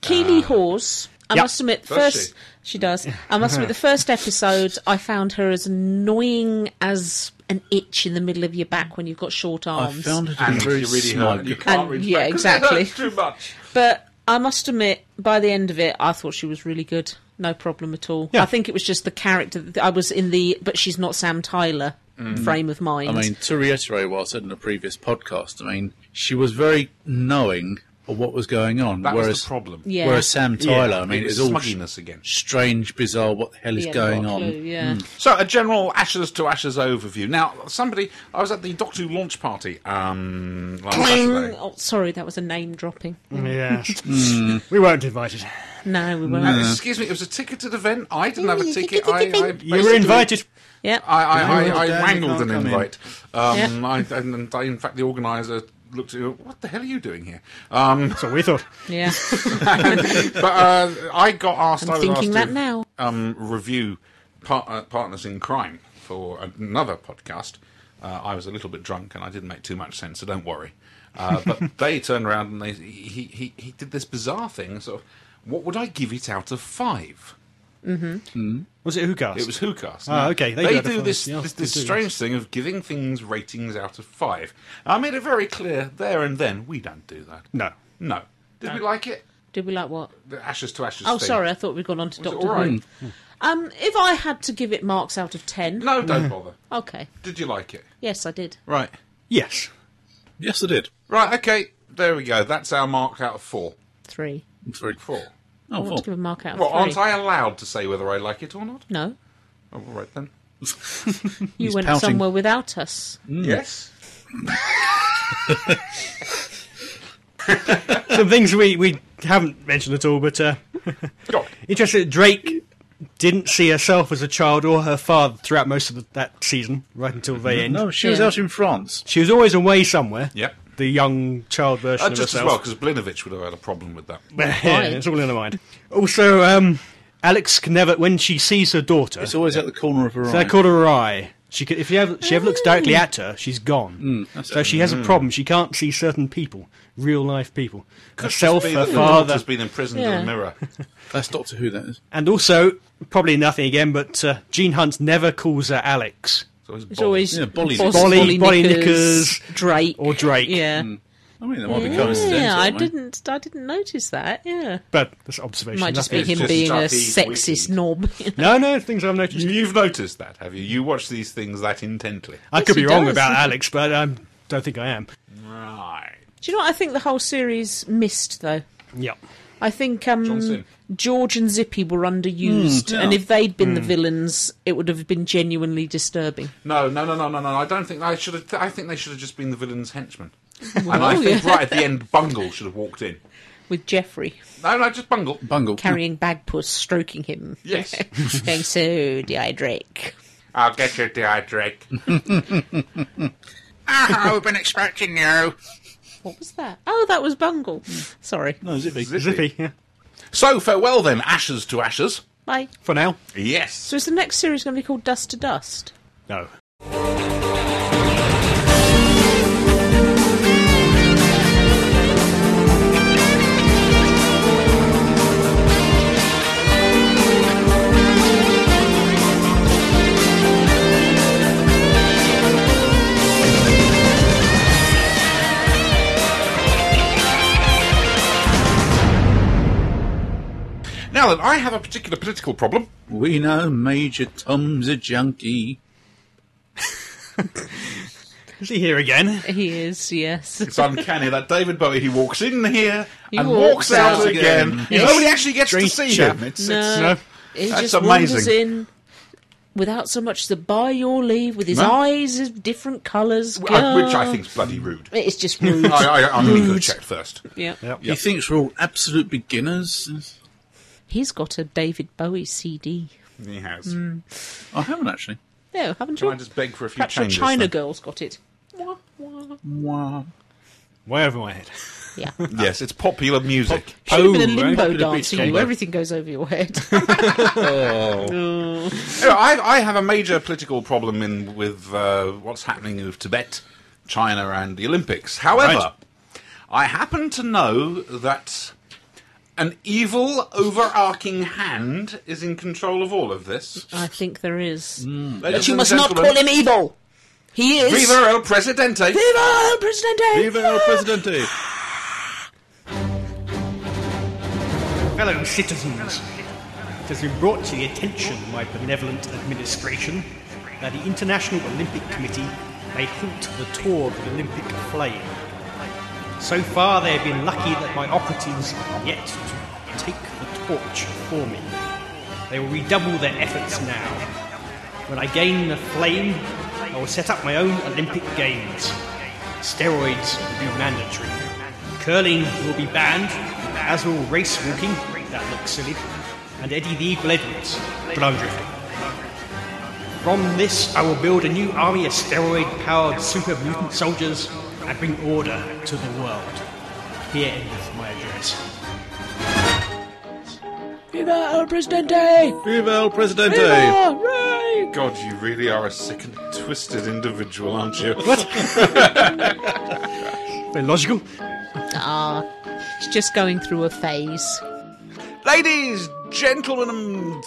Keely Hawes. I
Yep.
must admit,
Does
first
she?
she? does. I must admit, the first episode, I found her as annoying as an itch in the middle of your back when you've got short
I
arms.
found it
And if
very
you really
smug.
hurt, you can't
And-
reach
yeah,
back 'cause it hurts
exactly.
too much.
But I must admit, by the end of it, I thought she was really good. No problem at all.
Yeah.
I think it was just the character. that I was in the, but she's not Sam Tyler
Mm.
frame of mind.
I mean, to reiterate what I said in a previous podcast, I mean, she was very knowing of what was going on.
That
whereas,
was the problem.
Yeah.
Whereas Sam Tyler, I
I mean,
mean,
it's
it's all sh-
smugginess again.
strange, bizarre, what the hell is
Yeah,
going
not a
on?
clue, yeah.
So, a general ashes to ashes overview. Now, somebody, I was at the Doctor Who launch party um, last Saturday.
Oh, sorry, that was a name dropping.
Mm.
Yes.
Mm.
we weren't invited.
No, we weren't.
Now, Uh, excuse me, it was a ticketed event. I didn't have a ticket. I, I
You were
basically-
invited.
Yeah.
I, I,
No,
I, I
Dan,
wangled
you
an
can't come in.
invite. Um, I, and, and I, in fact, the organizer looked at me, what the hell are you doing here? Um,
That's what we thought.
yeah.
but uh, I got asked.
I'm
I was
thinking
asked
that
to,
now.
Um, review par- uh, partners in crime for another podcast. Uh, I was a little bit drunk and I didn't make too much sense, so don't worry. Uh, but they turned around and they he, he he did this bizarre thing. Sort of, what would I give it out of five?
Was it Whocast?
It was WhoCast.
Ah,
Now,
okay, they
They,
do that
do
for
this
us, yeah,
this,
they
this
do,
strange thing of giving things ratings out of five. I made it very clear there and then we don't do that.
No.
no. Did we like it?
Did we like what?
The ashes to ashes.
Oh,
thing.
sorry, I thought we'd gone on to
Was it
Doctor
all right?
Who. Um, if I had to give it marks out of ten,
No, don't bother.
okay,
Did you like it?
yes, I did.
Right.
Yes.
Yes, I did.
Right. Okay. There we go. That's our mark out of four.
Three.
Very
Four.
Oh,
I want to give a mark out of
Well,
three.
aren't I allowed to say whether I like it or not?
No,
Oh, all right then.
you went
pouting.
somewhere without us.
Mm.
Yes.
Some things we, we haven't mentioned at all, but uh,
Go.
interesting. Drake didn't see herself as a child or her father throughout most of the, that season, right until the end.
No, she was
Yeah.
out in France.
She was always away somewhere.
Yep.
The young child version
Uh,
of
just as
herself.
well, because Blinovich would have had a problem with that.
Yeah, it's all in her mind. Also, um, Alex can never, when she sees her daughter,
It's always at the corner of her
so they
eye.
called her Eye. She can, if she ever, she ever looks directly at her, she's
Mm,
gone. so she has a problem. She can't see certain people, real life people. Herself,
Just
her
being-
father,
has been imprisoned in a
Yeah.
mirror.
That's Doctor Who, that is.
and also probably nothing again. But uh, Gene Hunt never calls her Alex
So it's
It's
Bob.
always
Yeah, Bolly
Bos-
Bolly-
Bolly
Bolly
knickers,
knickers
Drake.
or Drake.
yeah,
I mean, that might be coincidental.
yeah. I
mean.
didn't. I didn't notice that. Yeah,
But that's observation.
might just be
nothing-
It's
him
just
being a
Duffy
sexist
Wiki.
knob.
No, no, things I've noticed.
You've noticed that, have you? You watch these things that intently.
I
Yes,
could be
he
wrong
does.
about Alex, but I um, don't think I am.
Right.
Do you know what I think the whole series missed though?
Yep.
I think
John
um,
Sim.
George and Zippy were underused,
Mm, yeah.
and if they'd been the villains, it would have been genuinely disturbing.
No, no, no, no, no, no. I don't think I should have. I think they should have just been the villain's henchmen. and I think right at the end, Bungle should have walked in.
With Jeffrey
No, no, just Bungle.
Bungle.
carrying Bagpuss, stroking him,
Yes.
saying, "So, dear Drake,
I'll get you, dear Drake.
I've been expecting you.
what was that? Oh, that was Bungle. Sorry,
No, Zippy.
Zippy. Yeah.
So farewell then, ashes to ashes.
bye."
For now,
Yes.
So, is the next series going to be called Dust to Dust?
no.
Now then, I have a particular political problem.
We know Major Tom's a junkie.
Is he here again?
He is, yes.
It's uncanny that David Bowie he walks in here
He
and walks,
walks
out,
out
again.
again.
Nobody actually gets to
Strange
see
chap.
him. It's,
No.
it's
No.
He
That's
just wanders in, without so much as a by your leave, with his
No.
eyes of different colours.
Wh- I- which I
Gah.
think's bloody rude.
It's just rude.
I, I, I'm going to go check first.
yeah.
He thinks we're all absolute beginners.
He's got a David Bowie CD.
He has.
I haven't actually.
No, haven't
Can
you?
I just beg for a few
Perhaps your
changes?
China
then?
girl's got it. Wah, wah.
Wow.
Way over my head.
Yeah.
Yes, it's popular music.
Should have been a
Oh,
limbo
right.
dancer. You.
Combo.
Everything goes over your head.
Mm, Anyway, I, I have a major political problem in with uh, what's happening with Tibet, China, and the Olympics. However, I happen to know that an evil, overarching hand is in control of all of this.
I think there is.
Ladies
Mm-hmm. You
and
must not
gentlemen,
call him evil. He is.
Viva el Presidente!
Viva Presidente!
Presidente.
Fellow citizens, it has been brought to the attention of my benevolent administration that the International Olympic Committee may halt the tour of the Olympic flame. So far, they have been lucky that my operatives have yet to take the torch for me. They will redouble their efforts now. When I gain the flame, I will set up my own Olympic Games. Steroids will be mandatory. Curling will be banned, as will race walking, that looks silly, and Eddie the Eagle Edwards, blow drifting. From this, I will build a new army of steroid powered super mutant soldiers and bring order to the world. Here endeth my address.
Viva el Presidente!
Viva el Presidente.
Viva! Hooray!
God, you really are a sick and twisted individual, aren't you?
Very logical.
Ah, he's just going through a phase.
Ladies, gentlemen, and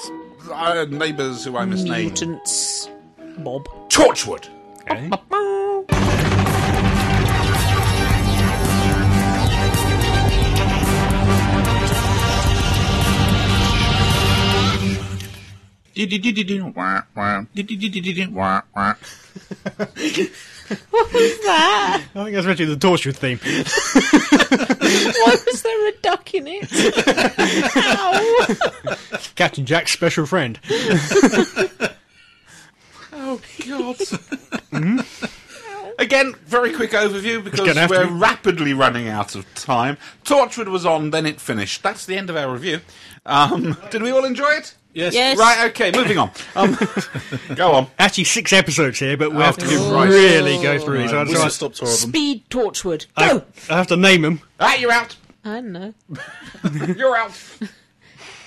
uh, neighbours who I misnamed.
Mutants. Bob.
Torchwood!
Di-di-di-di-di, wah, wah. Di-di-di-di-di, wah, wah.
What was that?
I think that's actually the Torchwood theme.
Why was there a duck in it? Ow!
Captain Jack's special friend.
Oh God! Again, very quick overview because
gonna have to
we're
be.
rapidly running out of time. Torchwood was on, then it finished. That's the end of our review. Um, did we all enjoy it?
Yes.
Yes.
Right. Okay. Moving on. Um, go on.
Actually, six episodes here, but we have to
Oh, Christ.
really go through these.
Right,
I'll
we
try-
should stop two of them.
Speed Torchwood.
I,
Go!
I have to name them.
Ah, you're out.
I don't know.
You're out.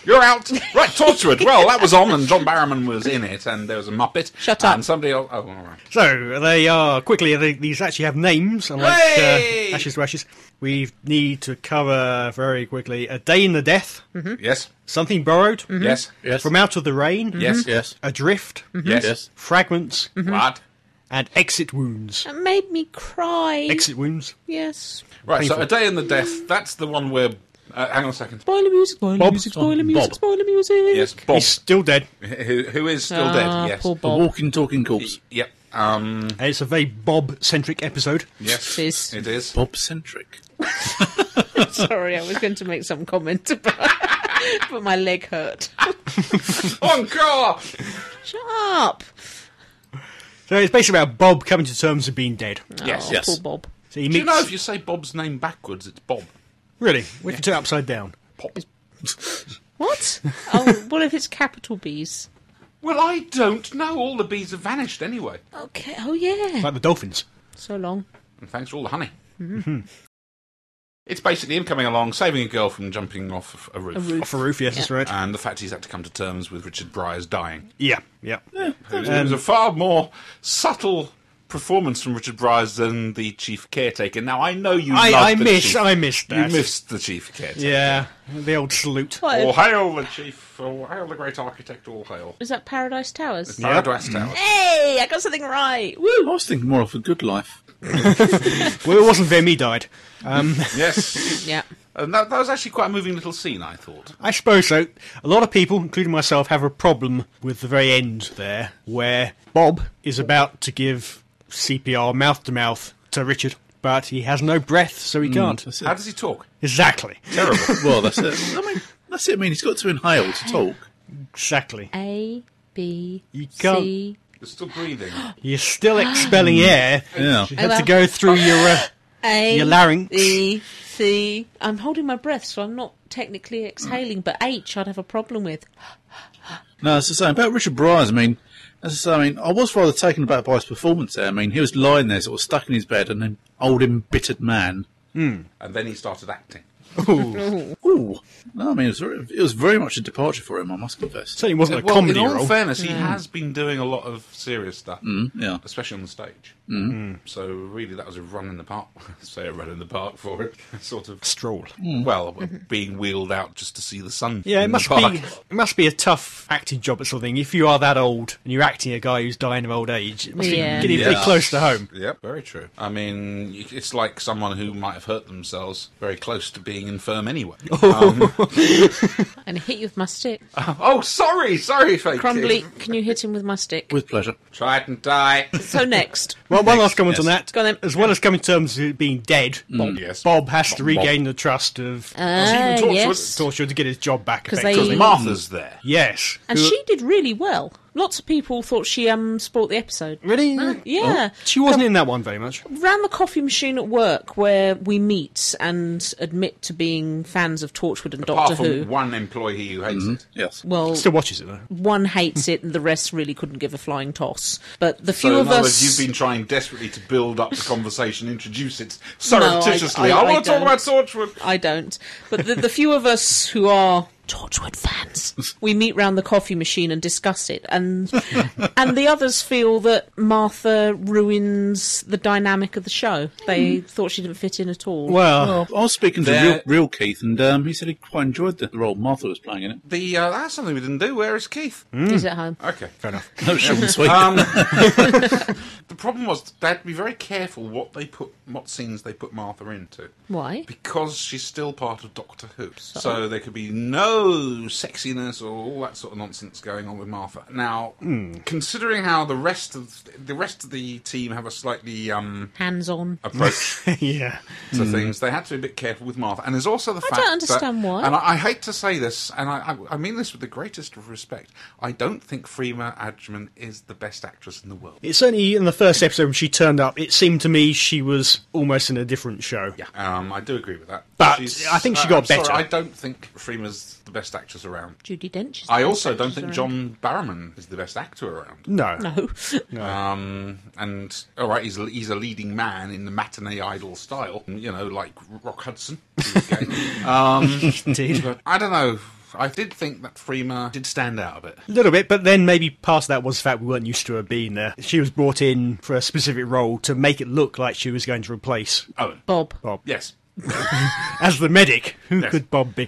You're out. Right, Torchwood. Well, that was on, and John Barrowman was in it, and there was a Muppet.
Shut up.
And somebody else. Oh, all right.
So they are quickly. They, these actually have names, unlike
Hey!
uh, Ashes to Ashes. We need to cover very quickly a day in the death,
Yes.
something borrowed,
Yes.
Yes.
from out of the rain,
Yes.
Yes.
adrift,
Yes.
Yes.
fragments,
Right.
and exit wounds.
That made me cry.
Exit wounds.
yes.
Right. So,
Painful.
a day in the death. That's the one where. Uh, hang on a second.
Spoiler music, spoiler
Bob.
music, spoiler music,
Bob.
spoiler music.
Yes, Bob.
He's still dead,
who, who is still
Ah,
dead. Yes.
poor
The
Bob.
walking, talking corpse.
Yep. Um,
and it's a very Bob-centric episode.
yes,
It is.
it is.
Bob-centric.
Sorry, I was going to make some comment about but my leg hurt.
Oh, Encore!
Shut up!
So it's basically about Bob coming to terms with being dead.
Yes.
Oh,
yes.
Poor Bob.
So he
Do
meets
you know if you say Bob's name backwards, it's Bob?
really we can turn it upside down.
What? Oh, what if it's capital B's?
Well, I don't know. All the bees have vanished anyway.
Okay, oh yeah.
Like the dolphins.
So long.
And thanks for all the honey. It's basically him coming along, saving a girl from jumping off a roof.
A roof.
Off a roof, yes, that's right.
And the fact he's had to come to terms with Richard Breyer's dying.
Yeah, yeah.
Who's- It was a far more subtle performance from Richard Breyer's than the chief caretaker. Now, I know you love
I, I
the
miss,
chief-
I missed
You
that.
missed the chief caretaker.
Yeah, the old salute.
What,
All hail the chief, all hail the great architect, all hail.
Is that Paradise Towers?
Paradise Tower.
Hey, I got something right. Woo!
I was thinking more of a good life.
Well, it wasn't them. He died.
Yes.
Yeah.
And that, that was actually quite a moving little scene, I thought.
I suppose so. A lot of people, including myself, have a problem with the very end there, where Bob is about to give CPR mouth to mouth to Richard, but he has no breath, so
Mm.
he can't.
That's
How
it.
does he talk?
Exactly.
Terrible.
Well, that's it. I mean, that's it. I mean, he's got to inhale to talk.
Exactly.
A, B,
You can't-
C.
You're still breathing.
You're still expelling air.
Yeah.
You have to go through your. Uh,
A,
Your larynx.
E, C. I'm holding my breath, so I'm not technically exhaling, but H I'd have a problem with.
No, it's the same. About Richard Bryars, I mean, as I say, I mean, I was rather taken aback by his performance there. I mean, he was lying there, sort of stuck in his bed, and an old, embittered man.
and then he started acting.
Ooh. No, I mean, it was, very, it was very much a departure for him, I must confess.
certainly wasn't a
well, in
comedy
all
role.
fairness, he has been doing a lot of serious stuff,
Yeah.
especially on the stage. Mm. So really, that was a run in the park. Say a run in the park for it, sort of.
Stroll.
Well, being wheeled out just to see the sun.
Yeah, it
in
must
the
be
park.
it must be a tough acting job or something. If you are that old and you're acting a guy who's dying of old age, it must
Yeah.
be getting pretty
Yeah.
close to home.
Yep, very true. I mean, y- it's like someone who might have hurt themselves very close to being infirm anyway. Um,
And hit you with my stick.
oh, sorry, sorry, Fakey.
Crumbly, can you hit him with my stick?
With pleasure.
Try and die.
So next.
Well, one last comment on that.
Go on then.
As well as coming to terms with being dead, Bob,
Yes.
Bob has to
Mm. Bob.
regain the trust of
Ah,
tortured?
yes.
Torture to get his job back.
'Cause they-
effectively.
Because Martha's there.
yes.
And
Who-
she did really well. Lots of people thought she um spoilt the episode.
really, Oh.
Yeah.
she wasn't in that one very much.
Round the coffee machine at work where we meet and admit to being fans of Torchwood and
Apart
Doctor
from
Who.
one employee who hates it.
Yes.
Well,
Still watches it though.
one hates it and the rest really couldn't give a flying toss. But the few
So, in
of
other
us.
words, you've been trying desperately to build up the conversation, introduce it surreptitiously.
No,
I,
I- I-
want to
I
talk about Torchwood.
I don't. But the, the few of us who are Torchwood fans, we meet round the coffee machine and discuss it, and and the others feel that Martha ruins the dynamic of the show.
Hmm.
They thought she didn't fit in at all.
Well,
Well, I was speaking to
There-
real, real Keith, and um, he said he quite enjoyed the role Martha was playing in it.
The uh, that's something we didn't do. Where is Keith?
He's at home.
Okay.
fair enough.
No, short and sweet.
Um, the problem was they had to be very careful what they put, what scenes they put Martha into.
Why?
Because she's still part of Doctor Who, so there could be no sexiness or all that sort of nonsense going on with Martha. Now, considering how the rest of the rest of the team have a slightly um,
Hands on.
approach
yeah.
to things. They had to be a bit careful with Martha. And there's also the
I
fact
don't understand
that,
why.
And I, I hate to say this, and I, I, I mean this with the greatest of respect. I don't think Freema Adjman is the best actress in the world.
It certainly in the first episode when she turned up, it seemed to me she was almost in a different show.
Yeah, um, I do agree with that. uh,
But I think she
I'm
got
sorry,
better.
I don't think Freema's the best actress around.
Judy Dench. is
I
the
also
best
don't
actress
think
around.
John Barrowman is the best actor around.
No.
No.
Um, and all right, he's a, he's a leading man in the matinee idol style, you know, like Rock Hudson. who was gay. um,
Indeed.
but I don't know. I did think that Freema did stand out a bit.
A little bit, but then maybe past that was the fact we weren't used to her being there. She was brought in for a specific role to make it look like she was going to replace
Owen.
Bob.
Bob.
Yes.
As the medic, who
Yes.
could Bob be?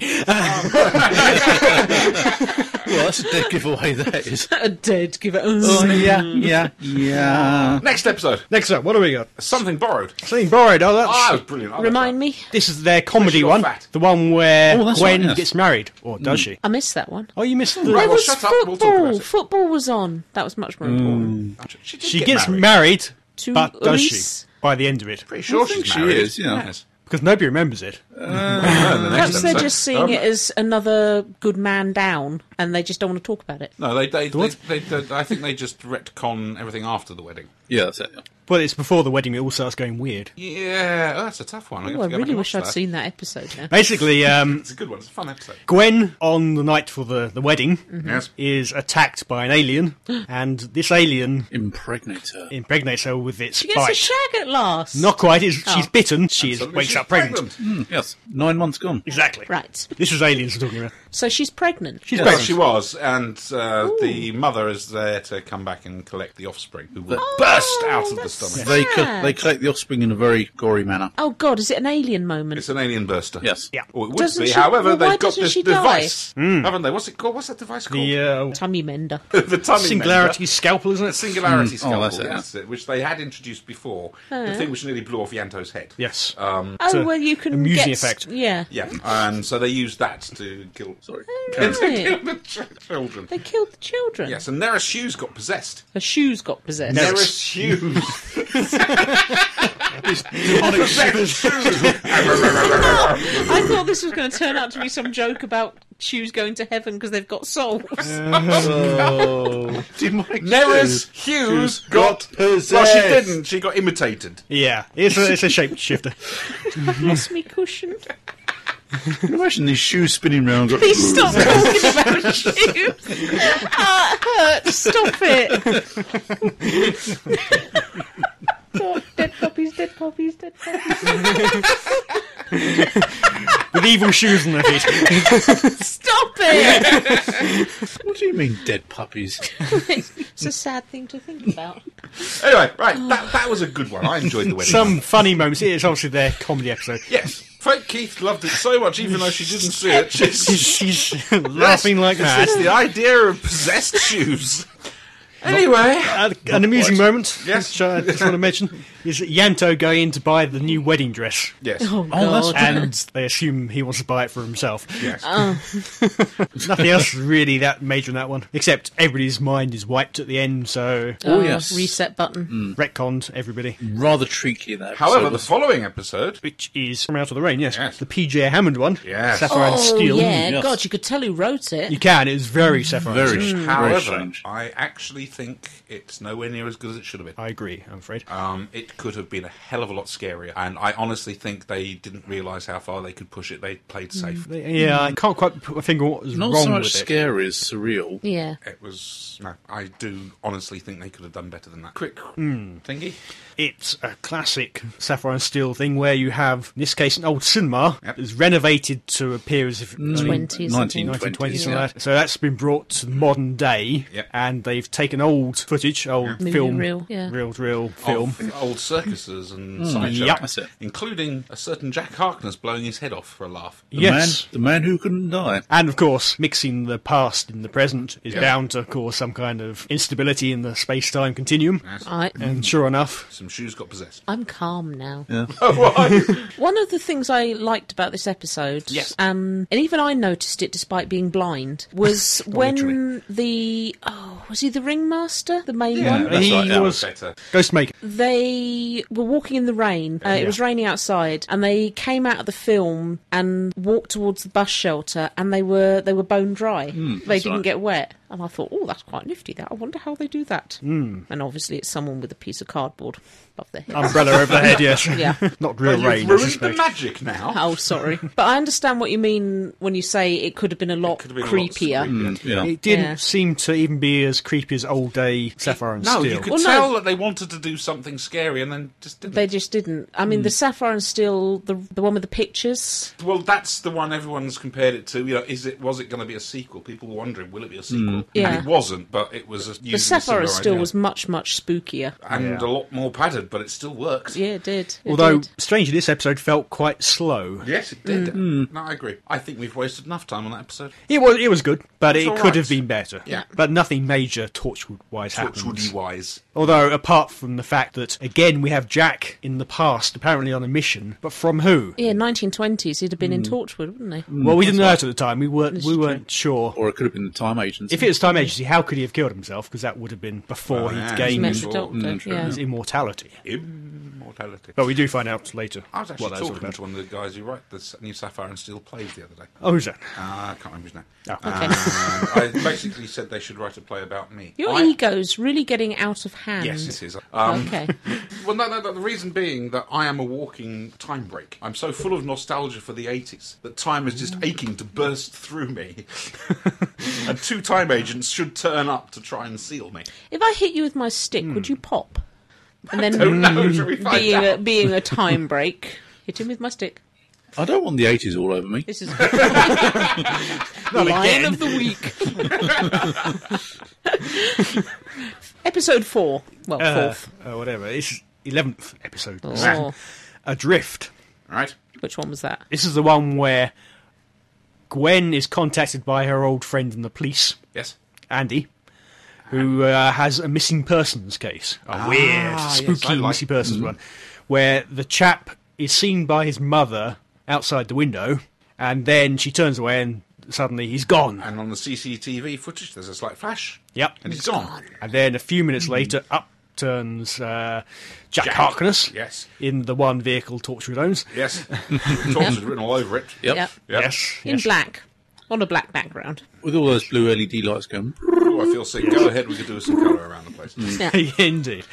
well, that's a dead giveaway, that is.
A dead give it.
Oh,
yeah, yeah, yeah.
Next episode.
Next up, what do we got?
Something borrowed.
Something borrowed. Oh, that's.
Ah, that was brilliant. I love
Remind
that.
me.
This is their comedy
got
one.
fat.
The one where
Oh, that's
Gwen
right, yes.
gets married. Or does she?
I missed that one.
Oh, you missed the.
Right,
There
well,
was
shut up, we'll
football.
talk about it. Mm,
football was on. That was much more important.
She, did
she
get
gets married,
married.
To
but does
Elise.
she? By the end of it.
Pretty sure
I think
she's
she
married.
is, yeah.
Yes.
Because nobody remembers it.
No, the next
Perhaps they're
episode.
just seeing
Um,
it as another good man down, and they just don't want to talk about it.
No, they, they, they,
What?
they, they- I think they just retcon everything after the wedding.
Yeah, that's it. yeah.
But it's before the wedding, it all starts going weird.
Yeah, oh, that's a tough one. I'm gonna
Oh, I
have to go back
really
and
wish
watch
I'd
that.
seen that episode now.
Basically, um,
It's a good one. It's a fun episode.
Gwen, on the night for the, the wedding,
Mm-hmm.
Yes.
is attacked by an alien, and this alien
Impregnate her.
impregnates her with its
She gets a
bite.
shag at last.
Not quite. It's, She's
Oh.
bitten. She is,
Suddenly
wakes
she's
up pregnant.
Mm, yes. Nine months gone.
Exactly.
Right.
This is aliens we're talking about.
So she's pregnant.
She's
Well,
pregnant.
she was, and uh, the mother is there to come back and collect the offspring, who will
Oh,
burst out of the
that's
stomach.
They,
Yeah.
co- they collect the offspring in a very gory manner.
Oh God, is it an alien moment?
It's an alien burster.
Yes.
Yeah.
Or it would
Doesn't
be.
she-
However,
well, why
they've got
doesn't
this
she die?
device, haven't they? What's it called? What's that device called?
the uh,
Tummy mender.
the tummy
singularity
mender.
scalpel, isn't
The
it?
singularity
Mm. Oh,
scalpel,
that's it,
that's it, which they had introduced before. The thing which nearly blew off Yanto's head.
yes.
oh
a
well, you can
amusing
get,
effect.
Yeah.
Yeah, and so they used that to kill.
Sorry.
to
Right.
kill the ch- children.
They killed the children.
Yes, and Neris Hughes got possessed.
Her shoes got possessed.
Neris Hughes.
Demonic shivers.
I thought this was going to turn out to be some joke about shoes going to heaven because they've got souls.
Oh. Did my
Neris
shoes-
Hughes
shoes
got
possessed.
Well, she didn't. She got imitated.
Yeah, it's a, it's a shapeshifter.
Lost me cushion.
Can you imagine these shoes spinning round. Got...
Please stop talking about shoes. Ah, it hurts. Stop it. God, dead copies, dead copies, dead copies.
With evil shoes on their feet.
Stop it.
What do you mean, dead puppies?
it's a sad thing to think about.
Anyway, right. That, that was a good one. I enjoyed the wedding.
Some funny moments. It's obviously their comedy episode.
Yes. Frank Keith loved it so much, even though she didn't see it. She's
She's laughing like mad.
It's the idea of possessed shoes. Anyway.
Uh, an amusing
quite.
moment,
Yes.
which I just want to mention, is that Yanto going in to buy the new wedding dress,
Yes.
Oh,
that's
God.
and they assume he wants to buy it for himself.
Yes.
um,
Nothing else is really that major in that one, except everybody's mind is wiped at the end, so
Oh, yes.
Uh, Reset button.
Mm. retconned everybody.
Rather treacle in that.
However,
episode.
the following episode.
Which is from Out of the Rain, yes.
Yes.
The PJ Hammond one,
Yes.
Sapphire and Steel.
Oh, yeah,
yes.
God, you could tell who wrote it.
Mm, You can, it is very Sapphire.
Mm.
and
very,
Steel.
very
Mm. However,
strange.
I actually think it's nowhere near as good as it should have been.
I agree, I'm afraid.
Uh,
Um, it could have been a hell of a lot scarier, and I honestly think they didn't realise how far they could push it. They played safe.
Mm. yeah, I can't quite put my finger on what was
Not
wrong
so much
with it.
scary as surreal.
yeah.
It was. No, I do honestly think they could have done better than that. Quick
hmm,
thingy.
It's a classic Sapphire and Steel thing where you have, in this case, an old cinema
Yep.
that's renovated to appear as
Mm.
if I mean,
20s, I think.
1920s,
1920s. and
yeah.
all that. So that's been brought to the modern day,
Yep.
and they've taken old footage, old
Movie
film,
reel, yeah.
reel, to reel film. Mm,
Of old circuses and sideshow,
yep.
That's it.
including a certain Jack Harkness blowing his head off for a laugh.
The
yes.
Man, the man who couldn't die.
And of course, mixing the past and the present is
Yeah.
bound to cause some kind of instability in the space time continuum.
Mm-hmm.
I,
And sure enough,
Some shoes got possessed.
I'm calm now.
Yeah.
Oh,
One of the things I liked about this episode,
Yes.
um, and even I noticed it despite being blind, was
Oh,
when the oh, was he the ringmaster, the main one?
that's
he
right, that was
was
better.
Ghostmaker.
They were walking in the rain. Uh, It was raining outside, and they came out of the film and walked towards the bus shelter, and they were they were bone dry. they didn't
Hmm. right.
get wet, and I thought, oh, that's quite nifty. That I wonder how they do that.
Hmm.
And obviously, it's someone with a piece of cardboard above their head.
Umbrella over the head, yes.
Yeah.
Not real rain.
You've
I
ruined the
suspect.
magic now.
Oh, sorry. but I understand what you mean when you say it could have been a lot
Could have been a lot
creepier.
screepier.
Yeah.
It didn't
Yeah.
seem to even be as creepy as old day Sapphire and
No,
Steel.
you could
Well, no.
tell that they wanted to do something scary and then just didn't.
They just didn't. I mean,
Hmm.
the Sapphire and Steel, the the one with the pictures.
Well, that's the one everyone's compared it to. You know, is it was it going to be a sequel? People were wondering, will it be a
Mm.
sequel?
Yeah.
And it wasn't, but it was. A, using
The Sapphire
a
and Steel
idea.
was much much spookier.
and a lot more padded, but it still worked.
Yeah, it did. It
Although,
did.
strangely, this episode felt quite slow.
Yes, it did. No, I agree. I think we've wasted enough time on that episode.
Mm-hmm. It was it was good, but
It's
it
all
could
right.
have been better.
Yeah.
But nothing major Torchwood wise happened.
Torchwoody wise,
Although, apart from the fact that again we have Jack in the past, apparently on a mission, but from who?
yeah, 1920s, he'd have been in Torchwood, wouldn't he?
well, we didn't know that at the time. We weren't we weren't sure.
Or it could have been the time agents.
If it was time agency, how could he have killed himself? Because that would have been
Oh, yeah.
before he'd
He's
He
gained
meant
Metro
was-
Doctor.
Mm, true.
yeah.
his immortality.
immortality.
But we do find out later
I was actually
what that was all
talking
about.
to one of the guys who wrote the s- new Sapphire and Steel plays the other day.
Oh, who's that?
Ah, I can't remember his name.
Oh.
Okay.
Um, I basically said they should write a play about me.
Your
I-
ego's really getting out of hand.
Yes, it is. Um,
Okay.
Well, no, no, no, the reason being that I am a walking time break. I'm so full of nostalgia for the 80s that time is just aching to burst through me. and two time agents should turn up to try and seal me.
if I hit you with my stick, would you pop? And then
Hmm. Don't know, shall we find
being Mm. a,
out?
being a time break, hit him with my stick.
I don't want the 80s all over me.
This is
Not
line
again.
of the week. Episode four. Well,
Uh,
fourth.
uh, whatever. It's eleventh episode.
Oh,
Adrift.
Right?
which one was that?
This is the one where Gwen is contacted by her old friend in the police,
Yes.
Andy, who uh, has a missing persons case. A weird,
Ah. yes, I
spooky
like- Mm-hmm.
missing persons one, where the chap is seen by his mother outside the window, and then she turns away and suddenly he's gone.
And on the CCTV footage, there's a slight flash.
Yep.
And he's gone.
And then a few minutes later, up turns uh, Jack,
Mm-hmm. Jack,
Harkness
yes.
in the one vehicle Torchwood owns.
Yes. Torch is written all over it.
Yep.
Yeah,
Yep.
Yes.
in
yes.
black. on a black background.
With all those blue LED lights going,
Ooh, Oh, I feel sick. Go ahead. We could do some colour around the
Mm.
place.
Indeed.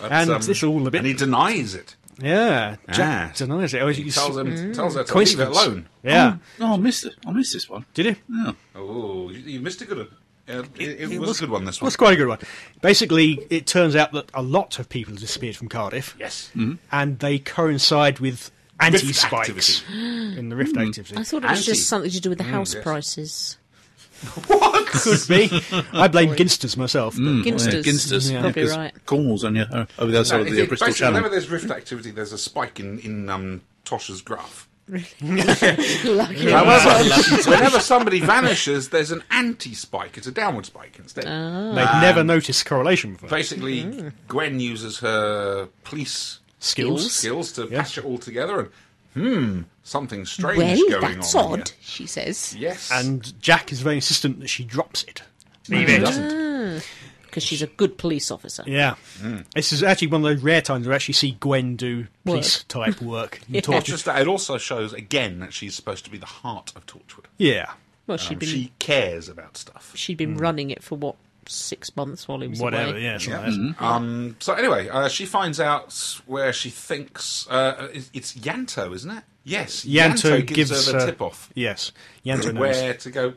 That's,
And this all a bit-
And he denies it.
Yeah. Jack
Ah.
denies it. Oh,
He
you-
tells him,
Mm.
tells her to leave it
coincidence.
alone.
Yeah.
oh, I missed it. I missed this one.
Did he?
Yeah.
Oh, you, you missed a good. Uh, it, it, was, a good one. This one.
That's quite a good one. Basically, it turns out that a lot of people have disappeared from Cardiff.
Yes.
And they coincide with anti spikes
activity. Mm-hmm.
in the rift activity.
I thought it was
Anti.
just something to do with the house
yes.
prices.
What?
Could be. I blame Ginsters myself. but-
Yeah,
Ginsters.
Ginsters.
Yeah.
Probably
'cause
right.
Cornwall's on your, uh, over the other side
No,
of
it-
the
it-
Bristol
basically,
Channel.
whenever there's rift activity, there's a spike in in um, Tosh's graph.
Lucky.
However, whenever somebody vanishes, there's an anti-spike. It's a downward spike instead.
They've
Mm.
never noticed correlation before.
Basically, Gwen uses her police
Skills.
skills to
Yes.
patch it all together, and hmm, something strange
Well,
going
that's
on.
odd,
here.
she says,
Yes,
And Jack is very insistent that she drops it. Leave
he doesn't.
because she's a good police officer.
Yeah.
Hmm.
This is actually one of those rare times where I actually see Gwen do police type work and
It's
torture.
just that it also shows again that she's supposed to be the heart of Torchwood.
Yeah.
Well, she'd been
Um, She cares about stuff.
she'd been running it for what six months while he was
Whatever,
away.
yeah. something like that.
Um, so anyway, uh, she finds out where she thinks uh, it's- it's Yanto, isn't it? Yes,
Yanto,
gives, her the
uh,
tip off
Yes. Yanto knows.
where to go.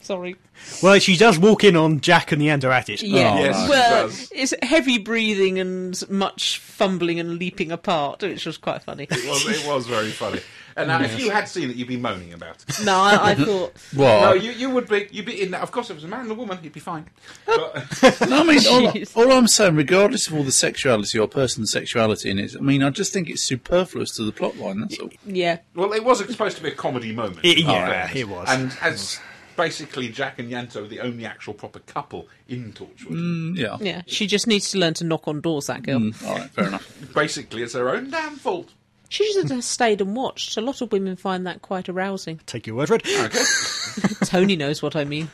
Sorry.
Well, she does walk in on Jack and Leander at it.
Yeah.
Yes, she
well,
does.
it's heavy breathing and much fumbling and leaping apart, which was quite funny.
It was, it was very funny. And now, if you had seen it, you'd be moaning about it.
no, I, I thought
No,
Oh.
Well,
you, you would be. You'd be in that. Of course, if it was a man and a woman, he'd be fine. But,
No, I mean, all,
Jeez.
all I'm saying, regardless of all the sexuality or person's sexuality in it, I mean, I just think it's superfluous to the plot line, that's all.
yeah.
well, it was supposed to be a comedy moment.
It-
in
yeah,
fairness.
it was.
And as basically Jack and Yanto are the only actual proper couple in Torchwood.
Mm, Yeah.
Yeah, she just needs to learn to knock on doors. That
Mm.
girl.
All right, fair enough.
Basically, it's their own damn fault.
She should have stayed and watched. A lot of women find that quite arousing.
Take your word for it.
Okay.
Tony knows what I mean.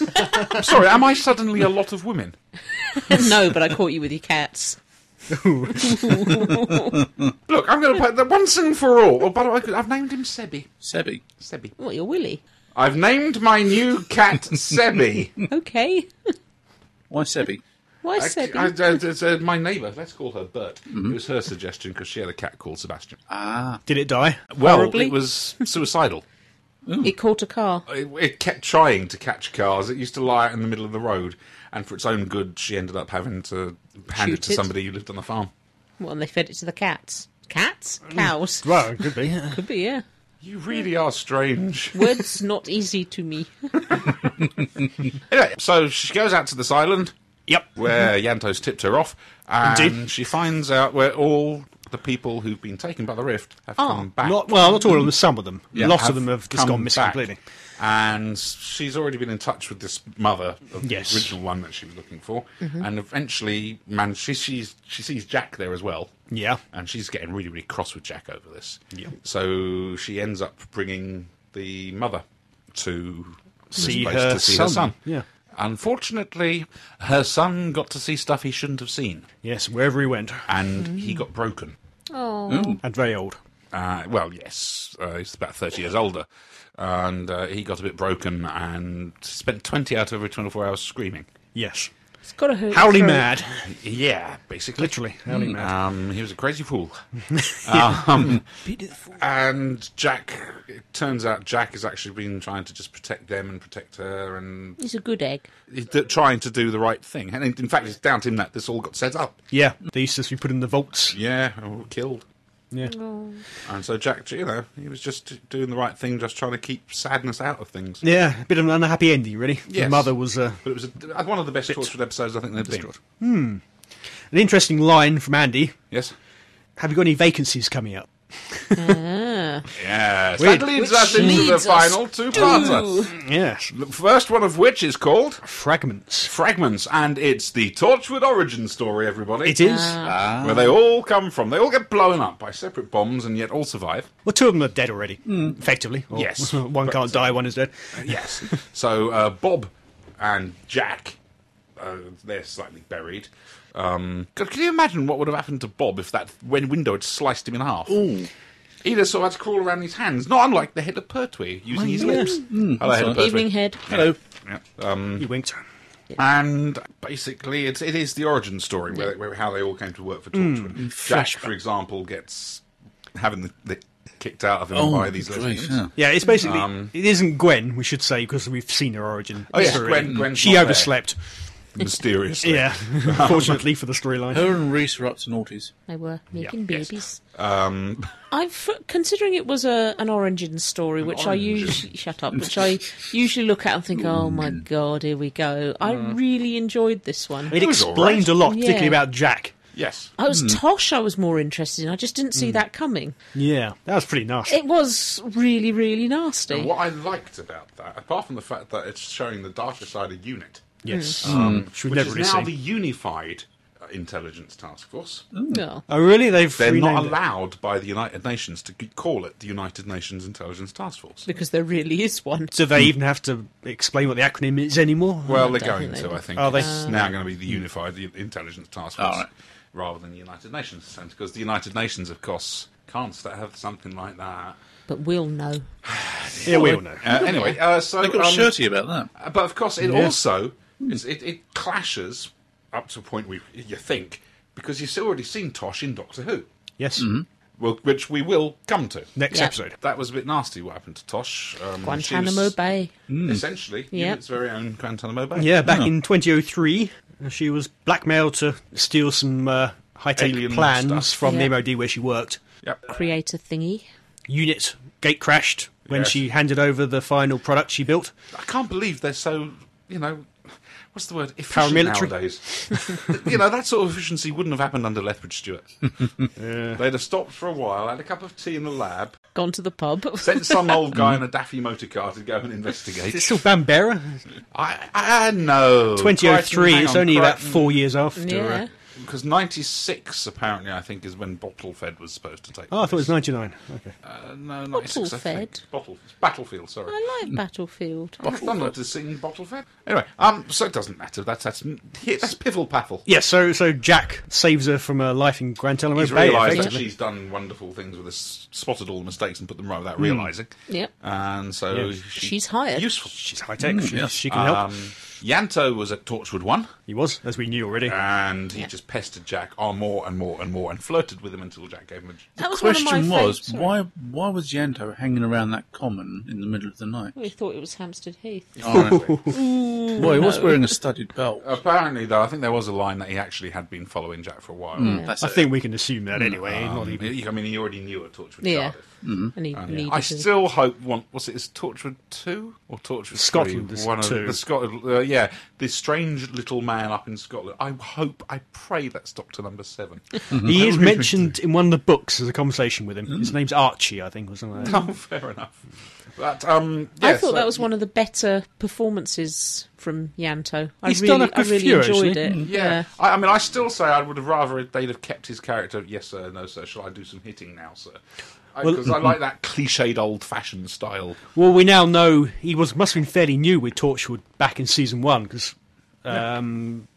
I'm sorry. Am I suddenly a lot of women?
no, but I caught you with your cats.
Look, I'm going to put that once and for all. Oh, by the way, I've named him Sebi.
Sebi.
Sebi.
What, you're Willy?
I've named my new cat Sebi.
Okay.
Why Sebi?
Why
I-
Sebi?
I- I- it's, uh, my neighbour, let's call her Bert. It was her suggestion because she had a cat called Sebastian.
Did it die?
well,
horribly?
it was suicidal.
Mm.
It caught a car.
It, it kept trying to catch cars. It used to lie out in the middle of the road, and for its own good, she ended up having to hand it
Shoot
to
it.
somebody who lived on the farm.
Well, and they fed it to the cats. Cats? Cows?
Well, it could be. yeah.
Could be, yeah.
You really are strange.
Words not easy to me.
anyway, so she goes out to this island
yep. Mm-hmm.
where Yanto's tipped her off, and
Indeed.
she finds out where all the people who've been taken by the rift have come back.
Oh, Not, well, not all of them, some of them.
Yeah,
Lots of them have just
come
gone missing
back.
completely.
And she's already been in touch with this mother of
Yes.
the
Mm-hmm.
original one that she was looking for. And eventually, man, she, she's, she sees Jack there as well.
Yeah.
And she's getting really, really cross with Jack over this. Yeah. So she ends up bringing the mother to this
See
place
her
to see
son.
her son.
Yeah.
Unfortunately, her son got to see stuff he shouldn't have seen.
Yes, wherever he went.
And
Mm.
he got broken.
And very old.
Uh, well, yes, uh, he's about 30 years older. And uh, he got a bit broken and spent 20 out of every 24 hours screaming.
Yes.
It's got to hurt.
Howley
your throat.
mad.
Yeah, basically.
Literally, howling
Mm,
mad.
Um, he was a crazy fool. um, and Jack, it turns out Jack has actually been trying to just protect them and protect her and
It's a good egg.
he's d- trying to do the right thing. And in in fact, it's down to him that this all got set up.
Yeah, they used to be put in the vaults.
Yeah, all killed.
Yeah.
And so Jack, you know, he was just doing the right thing, just trying to keep sadness out of things.
Yeah, a bit of an unhappy ending, really. The
Yes.
mother was uh,
But it was a, one of the best Torchwood episodes I think they've been.
an interesting line from Andy.
Yes.
Have you got any vacancies coming up?
Yes.
Weird.
That leads
Which
us into the
leads us
final two-parter.
Yes.
The first one of which is called
Fragments.
Fragments, and it's the Torchwood origin story, everybody. Ah.
It is.
Where they all come from. They all get blown up by separate bombs and yet all survive.
Well, two of them are dead already, effectively. Or
Yes.
one can't die, one is dead.
Yes. so uh, Bob and Jack, uh, they're slightly buried. Um, God, can you imagine what would have happened to Bob if that when window had sliced him in half? Edith sort of had to crawl around his hands, not unlike the head of Pertwee, using his lips. Hello, head of Pertwee.
Evening head.
Hello.
Yeah. Um,
He winked.
and basically, it's, it is the origin story where, where how they all came to work for Torchwood. Jack,
flashback.
for example, gets having the, the kicked out of him
Oh,
by these
great,
lesbians.
yeah.
Yeah, it's basically
Um,
it isn't Gwen. We should say because we've seen her origin.
Oh, yes,
story.
Gwen- Gwen's
she
not there.
overslept.
Mysteriously.
Yeah, unfortunately for the storyline.
Her and Reese are up to naughties.
They were making
yes. Um,
babies. I'm f- considering it was a an origin story, which I
origin.
usually shut up, which I usually look at and think, "Oh my god, here we go." I really enjoyed this one.
Mm. It
was
explained a lot, particularly
Yeah.
Uh,
about Mm. Jack.
Yes.
I was Tosh. I was more interested in. I just didn't see
Mm.
that coming.
Yeah, that was pretty nasty.
It was really, really nasty.
And what I liked about that, apart from the fact that it's showing the darker side of UNIT, um,
yes, Mm. which we've
which
never
is
really
now
seen.
the Unified uh, Intelligence Task Force,
No.
Oh, really? They've
they're not
renamed it.
allowed by the United Nations to g- call it the United Nations Intelligence Task Force.
because there really is one.
So they even have to explain what the acronym is anymore?
Well, they're
I don't
going
think they
to,
do.
I think.
Are they- Mm.
It's now going to be the Unified U- Intelligence Task Force
All right.
rather than the United Nations. And because the United Nations, of course, can't st- have something like that.
But we'll know.
Mm, yeah, we all know.
Uh, anyway, uh, so.
They got
um,
shirty about that.
Uh, But of course, it also is, it, it clashes up to a point where you- you think because you've already seen Tosh in Doctor Who,
Yes,
Mm-hmm.
well, which we will come to.
next
Yeah.
episode.
That was a bit nasty. What happened to Tosh? Um, she
Guantanamo
was
Bay.
essentially,
Yep.
its very own Guantanamo Bay.
Mm. Yeah, back in 2003, she was blackmailed to steal some uh, high-tech
Alien
plans
stuff.
from
Yeah.
the MOD where she worked.
Yep.
Creator thingy.
Unit gate crashed when
Yes.
she handed over the final product she built.
I can't believe they're so, you know, what's the word? Efficient
Paramilitary.
nowadays. you know, that sort of efficiency wouldn't have happened under Lethbridge Stewart. They'd have stopped for a while, had a cup of tea in the lab,
Gone to the pub.
sent some old guy in a daffy motor car to go and investigate.
Is it Mm-hmm. still Bambera?
I, I know.
2003, it's oh only about four years after.
yeah.
uh,
Because 96, apparently, I think, is when Bottlefed was supposed to take
oh, I thought it
place.
was 99. Okay.
Uh, no, 96, I think.
Bottlefed?
Bottle, Battlefield, sorry.
I like Battlefield.
I'm not to sing Bottlefed. Anyway, um, so it doesn't matter. That's that's that's piffle paffle.
Yeah, so so Jack saves her from her life in Gran Telemo
He's
Bay.
realised that
effectively.
she's done wonderful things with us, spotted all the mistakes and put them right without realising.
Yep.
And so
Yeah.
she-
Mm. She's hired.
Useful.
She's high tech. she,
yes.
she can help.
Um, Yanto was at Torchwood 1.
he was, as we knew already.
and he
Yeah.
just pestered Jack on more and more and more and flirted with him until Jack gave him a.
That was one of
Question
my fav-
was,
Sorry.
why why was Yanto hanging around that common in the middle of the night? Oh,
We thought it was Hampstead Heath.
Well, he was wearing a studded belt.
Apparently, though, I think there was a line that he actually had been following Jack for a while.
Hmm.
That's
I
it.
think we can assume that anyway.
Um,
not even.
he- I mean, he already knew at Torchwood
Yeah.
Cardiff.
And he needed
I
to-
still hope one was it is Torchwood two or Torchwood
Scotland
three?
is
One of
two.
the Scotland, uh, yeah, this strange little man up in Scotland. I hope, I pray that's Doctor Number Seven.
He is mentioned in one of the books as a conversation with him. His name's Archie, I think, or something. Like that.
oh, fair enough. But um,
I
yeah,
thought
so-
that was one of the better performances from Yanto. I
He's
really,
done a
I really
few,
enjoyed
actually.
it.
Yeah, I, I mean, I still say I would have rather if they'd have kept his character. Yes, sir. No, sir. Shall I do some hitting now, sir?
Well- mm-hmm.
Because I like that cliched, old-fashioned style.
Well, we now know he was must have been fairly new with Torchwood back in season one because um,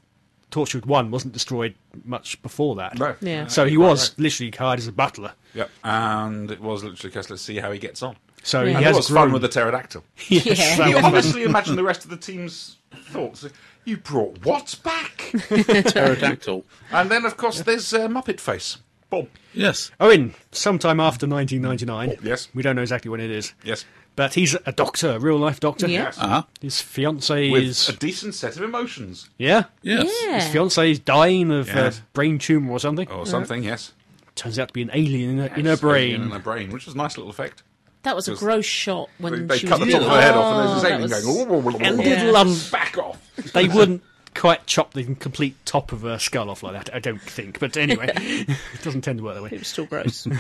Torchwood one wasn't destroyed much before that.
No.
Yeah.
So he was literally hired as a butler.
Yep. And it was literally because let's see how he gets on.
So
Yeah.
he
And it
has
was
grown.
fun with the pterodactyl.
Yes,
Yeah.
that
You
was fun.
honestly imagine the rest of the team's thoughts. You brought what back?
Pterodactyl.
and then, of course, there's uh, Muppet Face. Bob.
Yes.
Owen, sometime after 1999.
Yes.
We don't know exactly when it is.
Yes.
But he's a doctor, a real life doctor.
Yeah.
Yes.
Uh-huh.
His fiance
With
is
a decent set of emotions.
yeah.
Yes.
Yeah.
His fiance is dying of
Yes.
uh, brain tumor or something.
Or something, yes.
Turns out to be an alien in her, in her
Oh. Yes,
brain.
In her brain, which was a nice little effect.
That was a
Because
gross shot
They,
when
they
she
cut the
was
top of her head off and there's
Oh,
this alien
that was-
going, "Oh, oh, oh, oh,
And
oh,
did
oh."
love-
back off.
They wouldn't quite chop the complete top of her skull off like that, I don't think. But anyway, it doesn't tend to work that
It
way.
was still gross.
Hmm.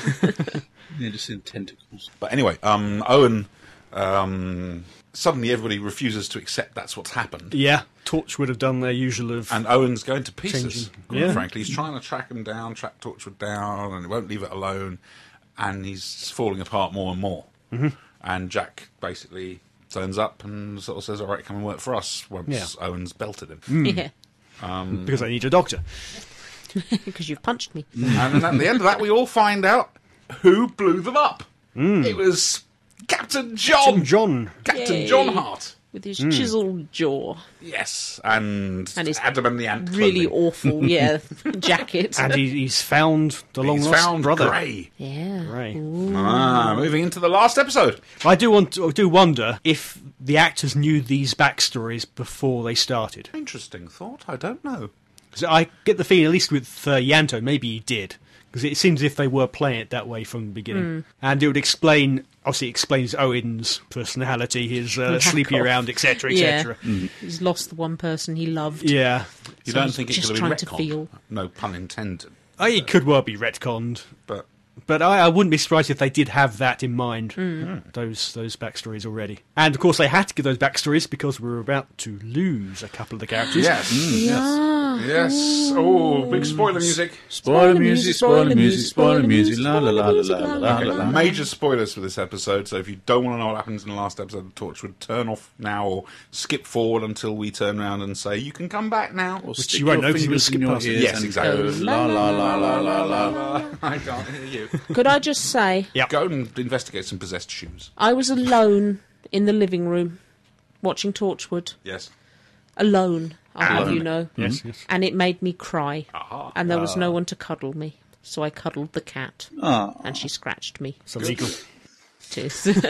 Yeah, just in tentacles.
But anyway, um, Owen. Um, suddenly, everybody refuses to accept that's what's happened,
Yeah, Torch would have done their usual of.
and Owen's going to pieces.
Changing.
Quite
Yeah.
frankly, he's trying to track him down, track Torchwood down, and he won't leave it alone. And he's falling apart more and more.
Mm-hmm.
And Jack basically turns up and sort of says, "All right, come and work for us." Once
Yeah.
Owen's belted him,
yeah.
because I need a doctor.
Because you've punched me.
Hmm. and then at the end of that, we all find out who blew them up? It was Hmm. Captain John.
Captain John.
Captain
Yay.
John Hart.
with his chiseled jaw
Yes, and,
and his
Adam and the Ant.
really
clothing.
awful, yeah, jacket.
And he, he's found the long
He's
lost
found
brother.
Grey.
yeah,
Right.
Ah, moving into the last episode.
I do want to, I do wonder if the actors knew these backstories before they started.
Interesting thought. I don't know.
'Cause I get the feeling, at least with uh, Yanto, maybe he did. Because it seems as if they were playing it that way from the
Hmm.
beginning. And it would explain, obviously, it explains Owen's personality, his uh,
Lack
sleepy
of.
around, etc.,
Yeah.
etc.
he's lost the one person he loved.
Yeah.
You
So
don't
he's
think
just
it's going to be
trying to
retconned?
feel.
No pun intended.
I, it could well be retconned.
But
But I, I wouldn't be surprised if they did have that in mind,
Hmm.
those those backstories already. And of course, they had to give those backstories because we were about to lose a couple of the characters.
yes, Mm. yes, yes.
Ah.
Oh, big spoiler music.
Spoiler music, spoiler music, spoiler music, la la la la la la la la.
Major spoilers for this episode. So if you don't want to know what happens in the last episode of Torchwood, turn off now or skip forward until we turn around and say you can come back now.
Which
you won't know 'cause you would've skipped past it.
Yes, exactly.
La la la la la la la.
I can't hear you.
Could I just say,
Yep.
Go and investigate some possessed shoes.
I was alone in the living room watching Torchwood.
Yes.
Alone, I'll have
Alone.
you know.
Yes, yes.
And it made me cry. And there was no one to cuddle me. So I cuddled the cat. And she scratched me.
It's illegal.
Tis.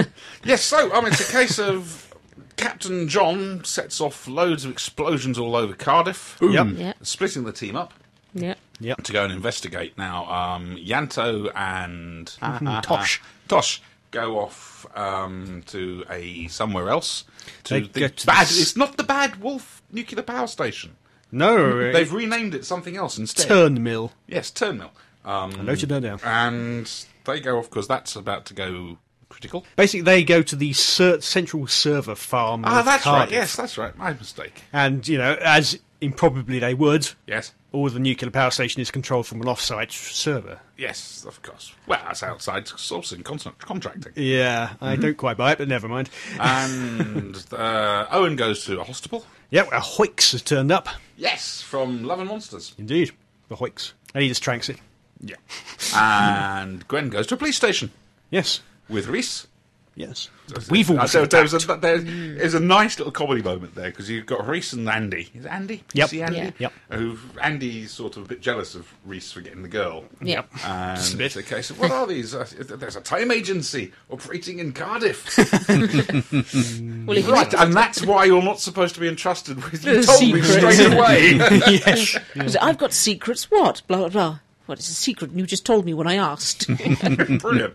Yes, so um, it's a case of Captain John sets off loads of explosions all over Cardiff,
Yep.
Yep.
splitting the team up
yep.
to go and investigate. Now, um, Yanto and
Ah, Tosh.
Tosh go off um, to a somewhere else. To
They
the
get to
bad.
this-
It's not the Bad Wolf nuclear power station.
No, it's
They've renamed it something else instead.
turn mill.
Yes, Turnmill.
I
Um,
noted that down.
and they go off because that's about to go critical.
Basically, they go to the ser- central server farm.
Ah,
of
that's right.
Cardiff.
Yes, that's right. My mistake.
And you know, as improbably they would,
Yes.
all the nuclear power station is controlled from an off-site server.
Yes, of course. Well, that's outside sourcing con- contracting.
Yeah,
Mm-hmm.
I don't quite buy it, but never mind.
Ah. and uh, Owen goes to a hospital.
Yep, a Hoix has turned up.
Yes, from Love and Monsters.
Indeed, the Hoix. And he just tranks it.
Yeah. and Gwen goes to a police station
Yes,
with Reese.
yes. Weevil.
Uh, there, there was a, there is a nice little comedy moment there because you've got Reese and Andy. Is it Andy?
Yep.
PC Andy?
Yeah.
Yep.
Who Andy's sort of a bit jealous of Reese for getting the girl.
Yeah.
And
a bit.
it's a case of what are these? Uh, there's a time agency operating in Cardiff.
Well, if
Right, and that's why you're not supposed to be entrusted with. You
The
told me
secrets.
straight away.
yes.
Was it, I've got secrets. What? Blah blah blah. What is a secret? And you just told me when I asked.
Brilliant.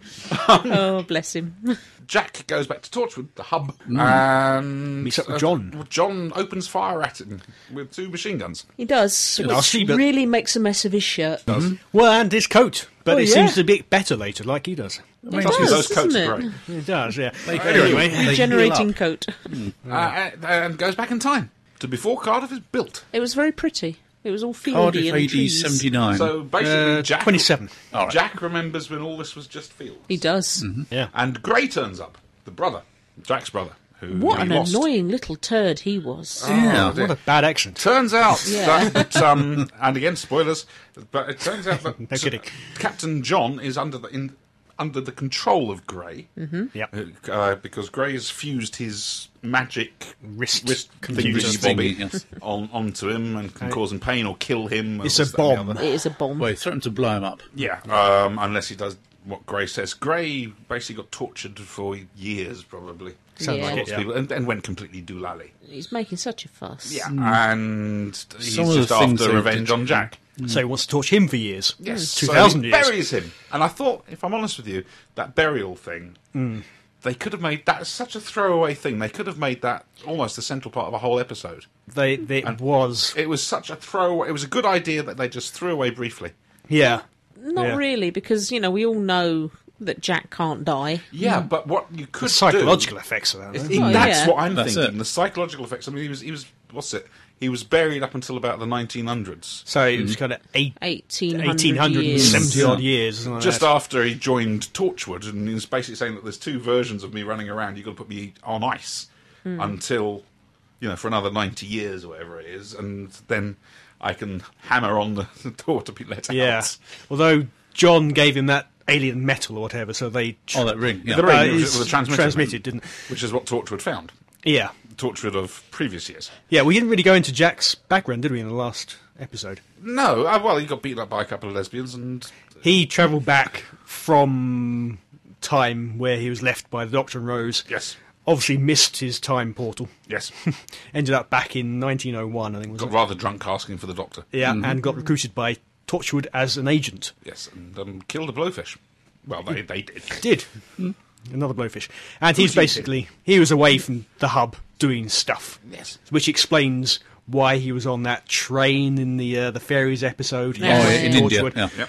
oh, bless him.
Jack goes back to Torchwood, the hub, and
Mm. Meets up with John.
uh, John opens fire at him with two machine guns.
He does, which
nasty, but-
really makes a mess of his shirt.
Well, and his coat, but
Oh,
it
yeah.
seems to be better later, like he does.
It
Trust me,
does,
those coats
doesn't
are
it?
great.
He does, yeah.
Anyway, they heal
Regenerating
up.
coat.
Uh, and- and goes back in time to before Cardiff is built.
It was very pretty. It was all fieldy
Cardiff
and
AD
trees.
79.
So basically,
Uh,
Jack
27.
All right.
Jack remembers when all this was just field,
He does.
Yeah.
and Gray turns up, the brother, Jack's brother, who
What
he
an
lost.
annoying little turd he was.
Yeah.
dear.
What a bad accent.
Turns out
Yeah.
that, um, and again, spoilers, but it turns out that
No kidding.
Captain John is under the in, under the control of Grey
Mm-hmm.
Yep.
uh, because Grey's fused his magic
Wrist
thingy
computer
bobby
thingy, yes.
on, onto him and can cause him pain or kill him. or
It's a
this, that, and the
bomb.
other.
It is a bomb.
Well, he threatened to blow him up.
Yeah, um, unless he does what Grey says. Grey basically got tortured for years, probably.
Sounds Yeah. like
Lots
it,
of
yeah.
people- and, and went completely doolally.
He's making such a fuss.
Mm.
Yeah, and he's
Some of the
just
things
after
they
revenge
did-
on Jack.
So he wants to torture him for years.
Yes, so
2,000
he
years.
buries him. And I thought, if I'm honest with you, that burial thing,
Mm.
they could have made that such a throwaway thing. They could have made that almost the central part of a whole episode.
They, they, it was.
It was such a throwaway. It was a good idea that they just threw away briefly.
Yeah.
Not
Yeah.
really, because, you know, we all know that Jack can't die.
Yeah, but what you could
Psychological
do,
effects of that.
It's-
though.
it-
Mm. Oh,
that's
yeah.
what I'm
That's
thinking.
it.
The psychological effects. I mean, he was he was what's it? He was buried up until about the 1900s.
So it was kind of eight,
1800,
1870
years.
odd years. something like
Just
that.
after he joined Torchwood, and he was basically saying that there's two versions of me running around. You've got to put me on ice
Hmm.
until, you know, for another 90 years or whatever it is, and then I can hammer on the door to be let
Yeah.
out.
Although John gave him that alien metal or whatever. So they tr-
Oh, that ring, yeah.
The ring,
uh,
it was-
is
it was a transmitter.
transmitted, didn't?
Which is what Torchwood found.
Yeah,
Torchwood of previous years.
yeah. We didn't really go into Jack's background, did we, in the last episode?
No, uh, well, he got beaten up by a couple of lesbians, and
He travelled back from time where he was left by the Doctor and Rose.
Yes.
Obviously missed his time portal.
yes,
Ended up back in 1901, I think was
got
it?
rather drunk asking for the doctor.
Yeah, and got recruited by Torchwood as an agent.
Yes, and um, killed a blowfish. Well, they, they did.
Did. Another blowfish. And he's
Who's he
basically, he was away from the hub doing stuff.
Yes.
Which explains why he was on that train in the uh, the fairies episode.
Yeah. Oh,
in India,
Torchwood.
yeah.
Yep.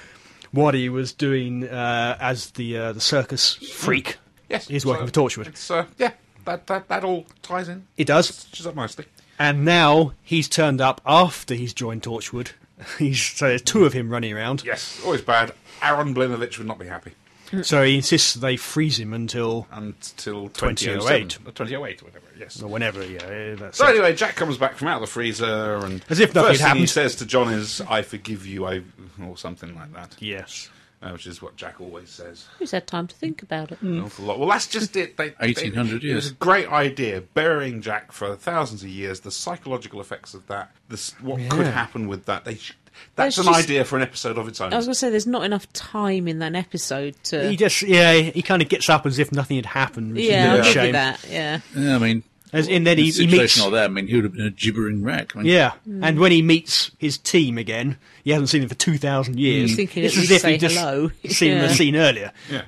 What he was doing uh, as the uh, the circus freak.
Yes,
He's working for Torchwood.
It's, uh, yeah, that, that that all ties in.
It does.
Stitches up nicely.
And now he's turned up after he's joined Torchwood. He's, so there's two of him running around.
Yes, always bad. Aaron Blinovich would not be happy
So he insists they freeze him until
until
2007.
2008. Or 2008, whatever, yes.
or whenever. Yeah, eh, that's
So
it.
anyway, Jack comes back from out of the freezer and
As if nothing
first
had
thing he
happened.
says to John is, I forgive you, I, or something like that.
Yes.
Uh, which is what Jack always says.
Who's had time to think about it?
An awful lot. Well, that's just it. They,
1800
they- It
years.
was a great idea, burying Jack for thousands of years. The psychological effects of that, this, what could happen with that. They, sh- that's
There's
an
just-
idea for an episode of its own.
I was going to say there's not enough time in that episode to.
He just yeah, he kind of gets up as if nothing had happened. Which
yeah,
is
I'll
a
give
shame.
you that. Yeah,
Yeah, I mean,
As in then
in a
he, he
situation
meets
like that, I mean, he would have been a gibbering wreck. I mean,
yeah,
Hmm.
and when he meets his team again, he hasn't seen them for two thousand years.
He's Hmm. thinking
it's
at
as
least
if he
say
just
hello.
seen
Yeah.
the scene earlier,
yeah.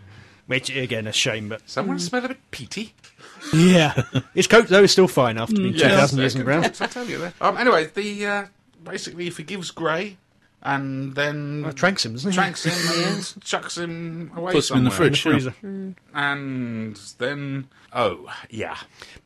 which again a shame. But
mm.
Someone smell a bit peaty.
yeah, his coat though is still fine after
Hmm.
being two
Yes,
thousand years in the
okay.
ground.
I tell you that. Um, anyway, the uh, basically he forgives Gray, and then
Tranks him, doesn't he?
tranks him and chucks him away
Puts him in
somewhere.
the fridge. yeah.
Freezer.
And then, oh yeah,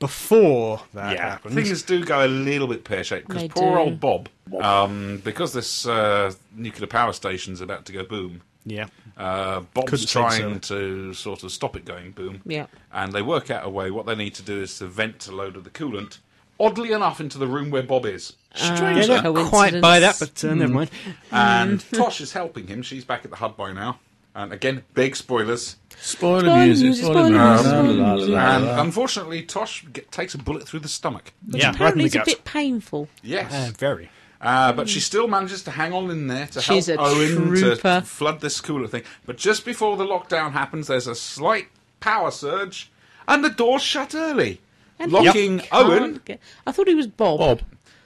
Before that
yeah.
happens,
Things do go a little bit pear shaped because
They
poor
do.
old Bob, um, because this uh, nuclear power station's about to go boom.
yeah,
Uh, Bob's
Couldn't say
trying to sort of stop it going boom.
Yeah.
And they work out a way. What they need to do is to vent a load of the coolant, oddly enough, into the room where Bob is.
yeah,
Strange. that.
not quite by that, but uh, never mind.
Hmm.
And Tosh is helping him. She's back at the hub by now. And again, big spoilers.
Spoiler music.
music,
Spoiler
spoiler
music.
music.
la, la, la, la,
And
la.
unfortunately, Tosh get, takes a bullet through the stomach.
yeah, right in
apparently
the
it's a
gut.
bit painful.
Yes.
Uh, very.
Uh, but she still manages to hang on in there to
Mm. She's
help
a
Owen to
trooper.
flood this cooler thing. But just before the lockdown happens, there's a slight power surge, and the doors shut early,
And he
locking
can't
Owen.
get- I thought he was Bob.
Bob.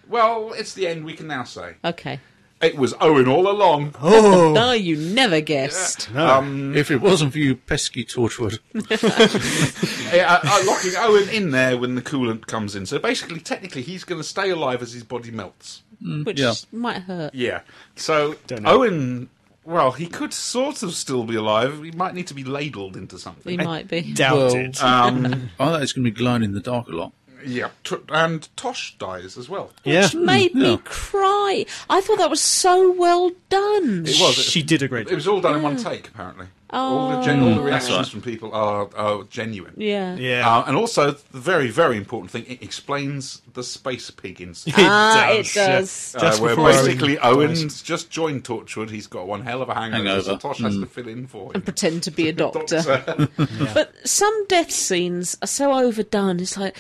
Well, it's the end. We can now say
Okay.
it was Owen all along.
Oh. No, you never guessed.
If it wasn't for you pesky Torchwood,
Yeah, uh, uh, locking Owen in there when the coolant comes in. So basically, technically, he's going to stay alive as his body melts.
Which
yeah.
might hurt.
Yeah. So
Don't know.
Owen, well, he could sort of still be alive. He might need to be ladled into something.
He might be.
well, uh,
Doubted.
Um,
I thought it's going to be glowing in the dark a lot.
yeah. T- and Tosh dies as well.
yeah,
Which made me cry. I thought that was so well done.
It was.
she did a great.
It was all done in
Mm.
one take, apparently. All the, gen- all the reactions
Oh. right.
from people are, are genuine.
Yeah.
Yeah.
Uh, and also, the very, very important thing, it explains the space pig incident.
It
Ah, it
yeah.
does.
Uh,
Just
where
before
basically
Owen
Owen's just joined Torchwood. He's got one hell of a hangover, so
Hangover. Mm.
Tosh has to fill in for him.
Pretend to be a doctor. But some death scenes are so overdone. It's like,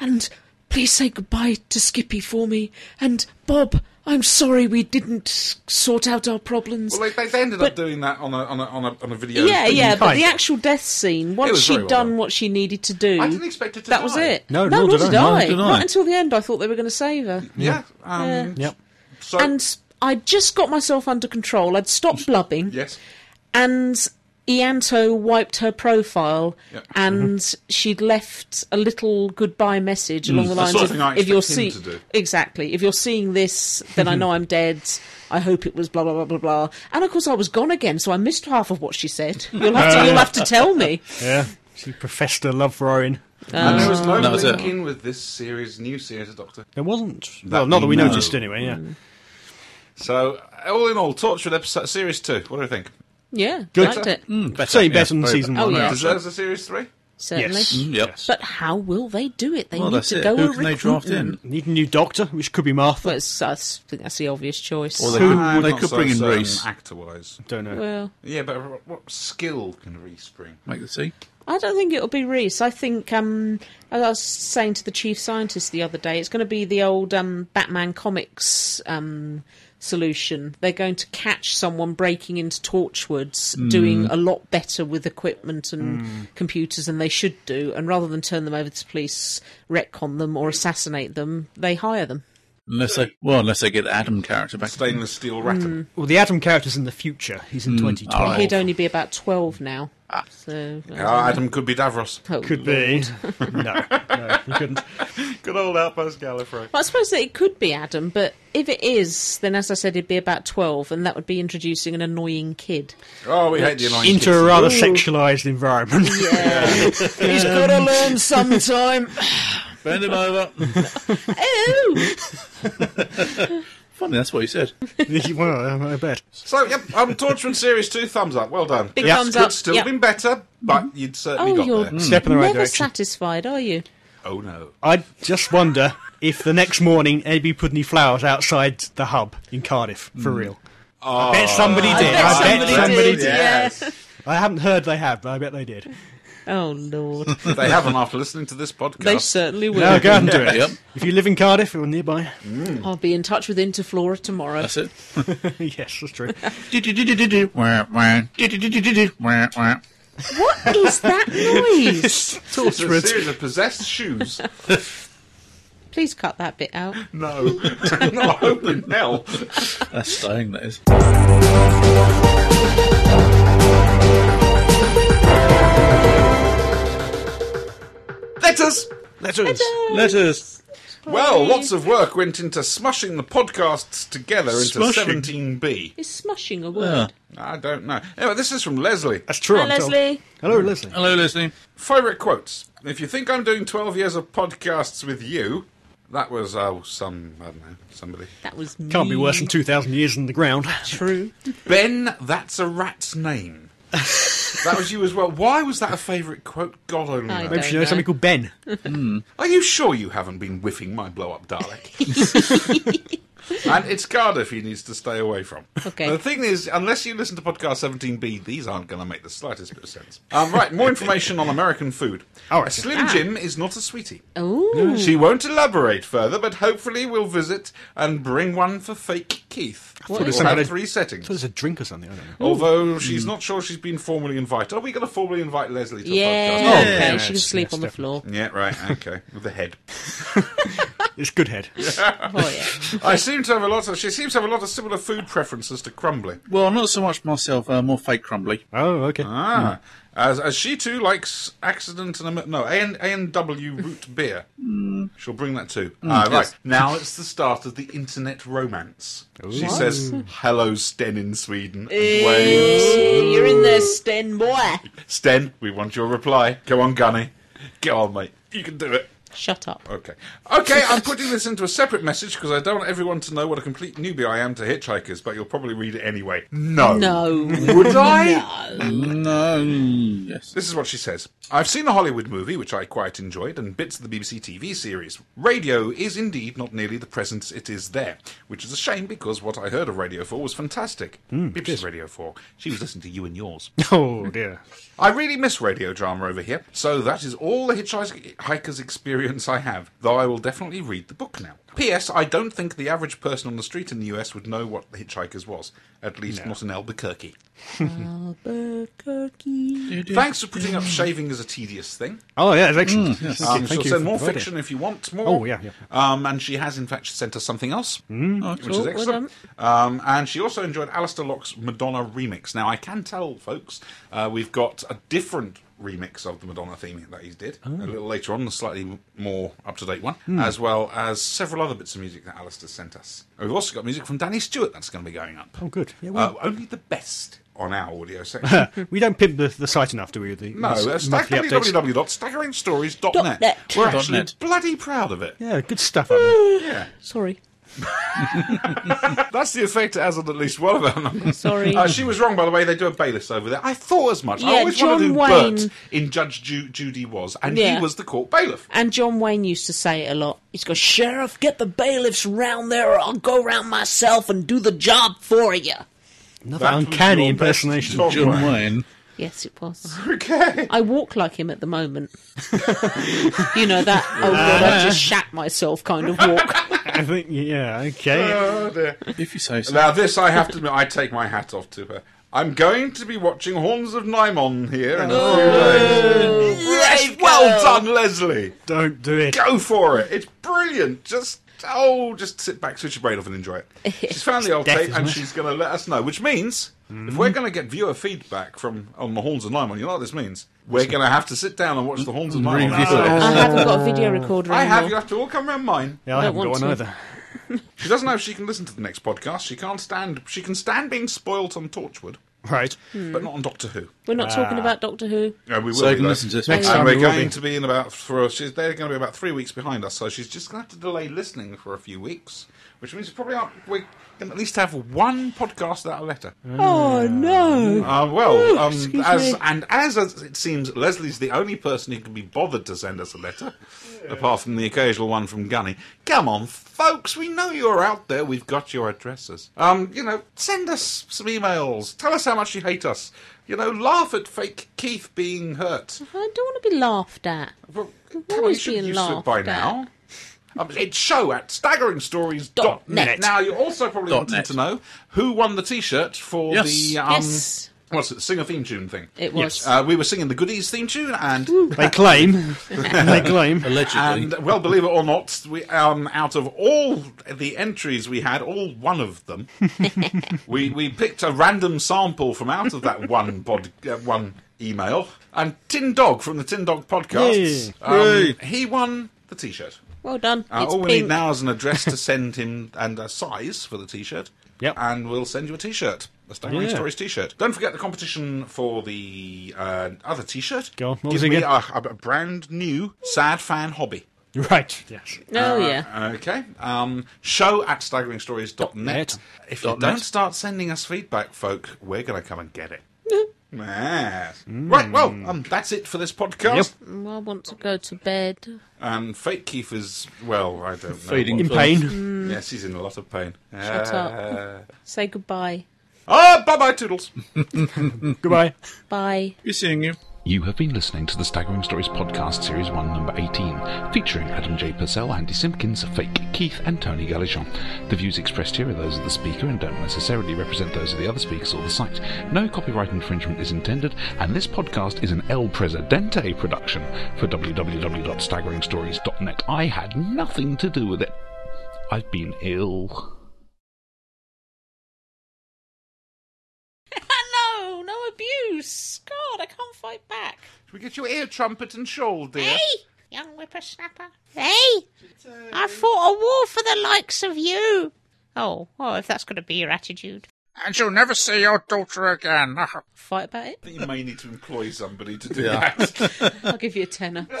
and please say goodbye to Skippy for me. And Bob, I'm sorry we didn't s- sort out our problems.
Well, they, they ended up
But-
doing that on a on a on a, on a video.
yeah, yeah, but
kind
the
of.
actual death scene,
It
once
was
she'd
very well
done
done.
what she needed to do,
I didn't expect her to
that
die.
was it.
No,
no
nor
nor
did
did
I, nor
I.
did I.
Right until the end, I thought they were going to save her.
yeah. Um,
Yep.
So
And I'd just got myself under control. I'd stopped blubbing.
yes,
and Ianto wiped her profile,
Yep.
and she'd left a little goodbye message along the
The
lines
sort of
of,
thing I
"If you're
expect him
seeing
to do."
exactly, if you're seeing this, then I know I'm dead. I hope it was blah blah blah blah blah." And of course, I was gone again, so I missed half of what she said. You'll have to, you'll have to tell me.
Yeah, she professed her love for Owen.
and there was no
That was it.
link in with this series, new series of Doctor.
There wasn't. well, not that
we
we
know.
noticed anyway. Yeah,
So all in all, Torchwood episode series two. What do you think?
Yeah,
Good. Mm.
liked it.
Better,
say
yeah.
better than season
Oh,
one.
yeah.
Deserves a series three.
certainly.
Yes. Mm,
yep.
Yes.
But how will they do it? They
Well,
need
that's
to
it.
go
Who
and
can they draft in?
Oh,
Need a new doctor, which could be Martha.
Well, it's, I s- think that's the obvious choice.
Or they
Who
could,
would-
they
Not
could
so
bring in
certain
Reese.
actor-wise.
Don't know.
well,
Yeah, but what- what skill can Reese bring?
Make the see.
I don't think it'll be Reese. I think, um, as I was saying to the chief scientist the other day, it's going to be the old um, Batman comics um, solution. They're going to catch someone breaking into Torchwoods,
Mm.
doing a lot better with equipment and computers than they should do, and rather than turn them over to police, retcon them or assassinate them, they hire them.
Unless they, well, unless they get the Adam character back.
Stainless steel
Hmm.
rattan.
Well, the Adam character's in the future. He's
Hmm.
in 2012.
He'd only be about twelve now, so uh,
Ah, Adam could be Davros.
oh,
Could be. no, no, he couldn't.
Good old Outpost Gallifrey.
Well, I suppose that it could be Adam, but if it is, then as I said, it'd be about 12, and that would be introducing an annoying kid.
Oh, we hate the annoying
Into a rather sexualized environment.
He's got to learn sometime.
Bend him over.
Ew!
Funny, that's what he said.
well, I bet.
So, yep, I'm torturing series two. Thumbs up. Well done.
Big
It
Yep.
thumbs
could
up.
still
Yep.
have been better, but you'd certainly
Oh,
got
you're-
there.
Hmm. Step in the right
Never
direction.
satisfied, are you?
Oh no.
I just wonder if the next morning anybody put any flowers outside the hub in Cardiff for real. I bet somebody did. I bet,
bet
somebody,
somebody
did.
did. Yes.
I haven't heard they have, but I bet they did.
Oh, Lord.
they haven't after listening to this podcast.
They certainly will.
Now go out and do it.
Yep.
If you live in Cardiff or nearby,
I'll be in touch with Interflora tomorrow.
That's it.
yes, that's true.
Do-do-do-do-do-do. Wah, wah. Do-do-do-do-do-do. Wah, wah.
What is that noise?
It's a series of possessed shoes.
Please cut that bit out.
No, not hoping hell.
That's staying, that is.
Letters.
Letters.
Oh,
Letters.
Well, lots of work went into smushing the podcasts together into
Smushing?
17B.
Is smushing a
Yeah.
word?
I don't know. Anyway, this is from Leslie.
That's true.
Hi,
I'm told.
Leslie.
Hello, Leslie.
Hello, Leslie.
Favorite quotes. If you think I'm doing 12 years of podcasts with you, that was oh some I don't know somebody.
That was me.
Can't be worse than 2,000 years in the ground.
True.
Ben, that's a rat's name. that was you as well. Why was that a favourite quote? God only
I
knows.
Maybe she knows
know.
somebody called Ben.
Are you sure you haven't been whiffing my blow up Dalek? and it's Cardiff he needs to stay away from.
Okay.
The thing is, unless you listen to podcast 17B, these aren't going to make the slightest bit of sense. Um, right, more information on American food.
Oh, I
a
see.
Slim Jim is not a sweetie.
Oh,
She won't elaborate further, but hopefully we'll visit and bring one for fake Keith.
it was
We'll
some kind
have
of-
three settings.
So there's a drink or something, I don't know.
Although she's not sure she's been formally invited. Are we going to formally invite Leslie to a
yeah.
podcast? Oh,
okay,
Oh, yes,
she can sleep
yes,
on the
definitely.
floor.
Yeah, right, okay. With the head.
It's good head.
Oh, yeah.
I seem to have a lot of. She seems to have a lot of similar food preferences to Crumbly.
Well, not so much myself, uh, more fake crumbly.
Oh, okay.
Ah, as, as she too likes accident and a no A and A and W root beer. She'll bring that too. Ah, right
yes.
now it's the start of the internet romance. She says, "Hello, Sten in Sweden." and waves.
Hey, You're in there, Sten boy.
Sten, we want your reply. Go on, Gunny. Go on, mate. You can do it.
Shut up.
Okay. Okay, I'm putting this into a separate message because I don't want everyone to know what a complete newbie I am to hitchhikers, but you'll probably read it anyway. No.
No.
Would Oh. I?
No. Yes.
This is what she says. I've seen a Hollywood movie, which I quite enjoyed, and bits of the BBC TV series. Radio is indeed not nearly the presence it is there, which is a shame because what I heard of Radio 4 was fantastic. BBC's Radio 4. She was listening to you and yours.
Oh, dear.
I really miss radio drama over here, so that is all the Hitchhiker's experience I have, though I will definitely read the book now. P.S. I don't think the average person on the street in the US would know what the Hitchhiker's was, at least not in Albuquerque.
Albuquerque.
Thanks for putting up shaving as a tedious thing.
Oh, yeah, it's excellent. Thank
Um,
you-
she'll
thank you
send
for
more
providing.
fiction if you want more.
Oh, yeah, yeah. Hmm.
Um, and she has, in fact, sent us something else, which is excellent. Um, and she also enjoyed Alistair Locke's Madonna remix. Now, I can tell, folks, uh, we've got a different remix of the Madonna theme that he did
Oh.
a little later on, a slightly more up to date one,
Hmm.
as well as several other bits of music that Alistair sent us. And we've also got music from Danny Stewart that's going to be going up.
Oh, good. Yeah,
Uh, only the best on our audio section.
We don't pimp the, the site enough, do we? The
No,
the
that's
monthly updates.
www.staggeringstories.net.
Dot net.
We're actually
net.
bloody proud of it.
Yeah, good stuff. Adam.
Yeah.
Sorry.
That's the effect it has on at least one of our numbers.
Sorry.
Uh, she was wrong, by the way. They do a Bayliss over there. I thought as much. I
Yeah,
always
John
wondered who
Wayne-
Bert in Judge Ju- Judy was, and
Yeah.
he was the court bailiff.
And John Wayne used to say it a lot. He's go, Sheriff, get the bailiffs round there, or I'll go round myself and do the job for you.
Another
That was
uncanny
your best
impersonation.
John
John
Wayne.
Wayne.
Yes, it was.
Okay.
I walk like him at the moment. you know, that, oh god, I just shat myself kind of walk.
I think, yeah, okay.
Oh, dear.
If you say so.
Now, this I have to admit, I take my hat off to her. I'm going to be watching Horns of Nymon here in a few
Oh.
days. Yes, well done, Leslie.
Don't do it.
Go for it. It's brilliant. Just oh, just sit back, switch your brain off, and enjoy it. She's found the old
Death,
tape,
isn't
and
it?
she's going to let us know. Which means, if we're going to get viewer feedback from on the Horns of Nymon, you know what this means? We're going to have to sit down and watch the Horns of Nymon.
Review
episode.
it.
I haven't got a video recorder
I
anymore.
have. You have to all come round mine.
Yeah, I
Don't
haven't got
want
one
to.
either.
She doesn't know if she can listen to the next podcast. She can't stand. She can stand being spoilt on Torchwood,
Right.
but not on Doctor Who.
We're not talking
Ah.
about Doctor Who.
Yeah, we will
So you
be,
can
though.
listen to this
Next
And
one.
time
we're
we will
going
be.
to be in about for she's they're going to be about three weeks behind us, so she's just going to have to delay listening for a few weeks, which means probably aren't, we can at least have one podcast without a letter.
Oh, no.
Uh, well, um,
excuse
as
me.
and as, as it seems, Leslie's the only person who can be bothered to send us a letter, apart from the occasional one from Gunny. Come on, folks, we know you're out there. We've got your addresses. Um, you know, send us some emails. Tell us how much you hate us. You know, laugh at fake Keith being hurt.
I don't want to be laughed at.
Well,
You're
come on, you
always
should be
being
used to it
laughed
by
at.
now. Um, it's show at staggeringstories.net.
Dot net.
Now, you also probably
Dot
wanted
net.
to know who won the t shirt for
Yes.
the. Um,
Yes.
What's it? Sing a theme tune thing.
It was.
Uh, we were singing the Goodies theme tune, and
They claim. they claim.
Allegedly.
and well, believe it or not, we um, out of all the entries we had, all one of them, we we picked a random sample from out of that one pod uh, one email, and Tin Dog from the Tin Dog podcasts,
Yeah.
um, he won the T-shirt.
Well done.
Uh,
it's
all we
pink.
need now is an address to send him and a size for the T-shirt.
Yep.
And we'll send you a T-shirt, a Staggering
Yeah.
Stories T-shirt. Don't forget the competition for the uh, other T-shirt.
Go on, what
Give
was it
me a,
again?
a brand new sad fan hobby.
Right. Yes.
Oh, yeah.
Okay. Um, show at staggeringstories.net. If you
Dot
don't
net.
start sending us feedback, folk, we're going to come and get it. Yes. Right, well, um, that's it for this podcast.
Well, I want to go to bed.
And Fake Keith is, well, I don't know.
Fading
what-
In pain.
Yes, he's in a lot of pain.
Shut
uh,
Say goodbye.
Oh, bye bye, Toodles.
Goodbye.
Bye.
Be seeing you.
You have been listening to the Staggering Stories podcast, series 1, number 18, featuring Adam J. Purcell, Andy Simpkins, Fake Keith, and Tony Galichon. The views expressed here are those of the speaker and don't necessarily represent those of the other speakers or the site. No copyright infringement is intended, and this podcast is an El Presidente production for www.staggeringstories.net. I had nothing to do with it. I've been ill.
no, no abuse. God, I can't fight back.
Should we get your ear trumpet and shawl, dear?
Hey, young whippersnapper. Hey, I fought a war for the likes of you. Oh, well, if that's going to be your attitude.
And you'll never see your daughter again.
Fight about it.
I think you may need to employ somebody to do that.
I'll give you a tenner.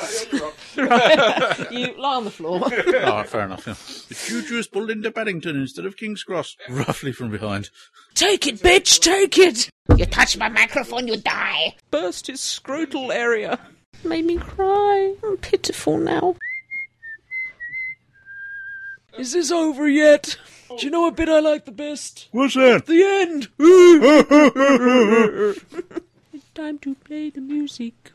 you lie on the floor.
All right, Ah, fair enough. Yeah. The Juju's pulled into Paddington instead of King's Cross, roughly from behind.
take it, bitch, take it.
You touch my microphone, you die.
Burst his scrotal area. Made me cry. I'm pitiful now. Is this over yet? Do you know what bit I like the best?
What's that?
The end. Time to play the music.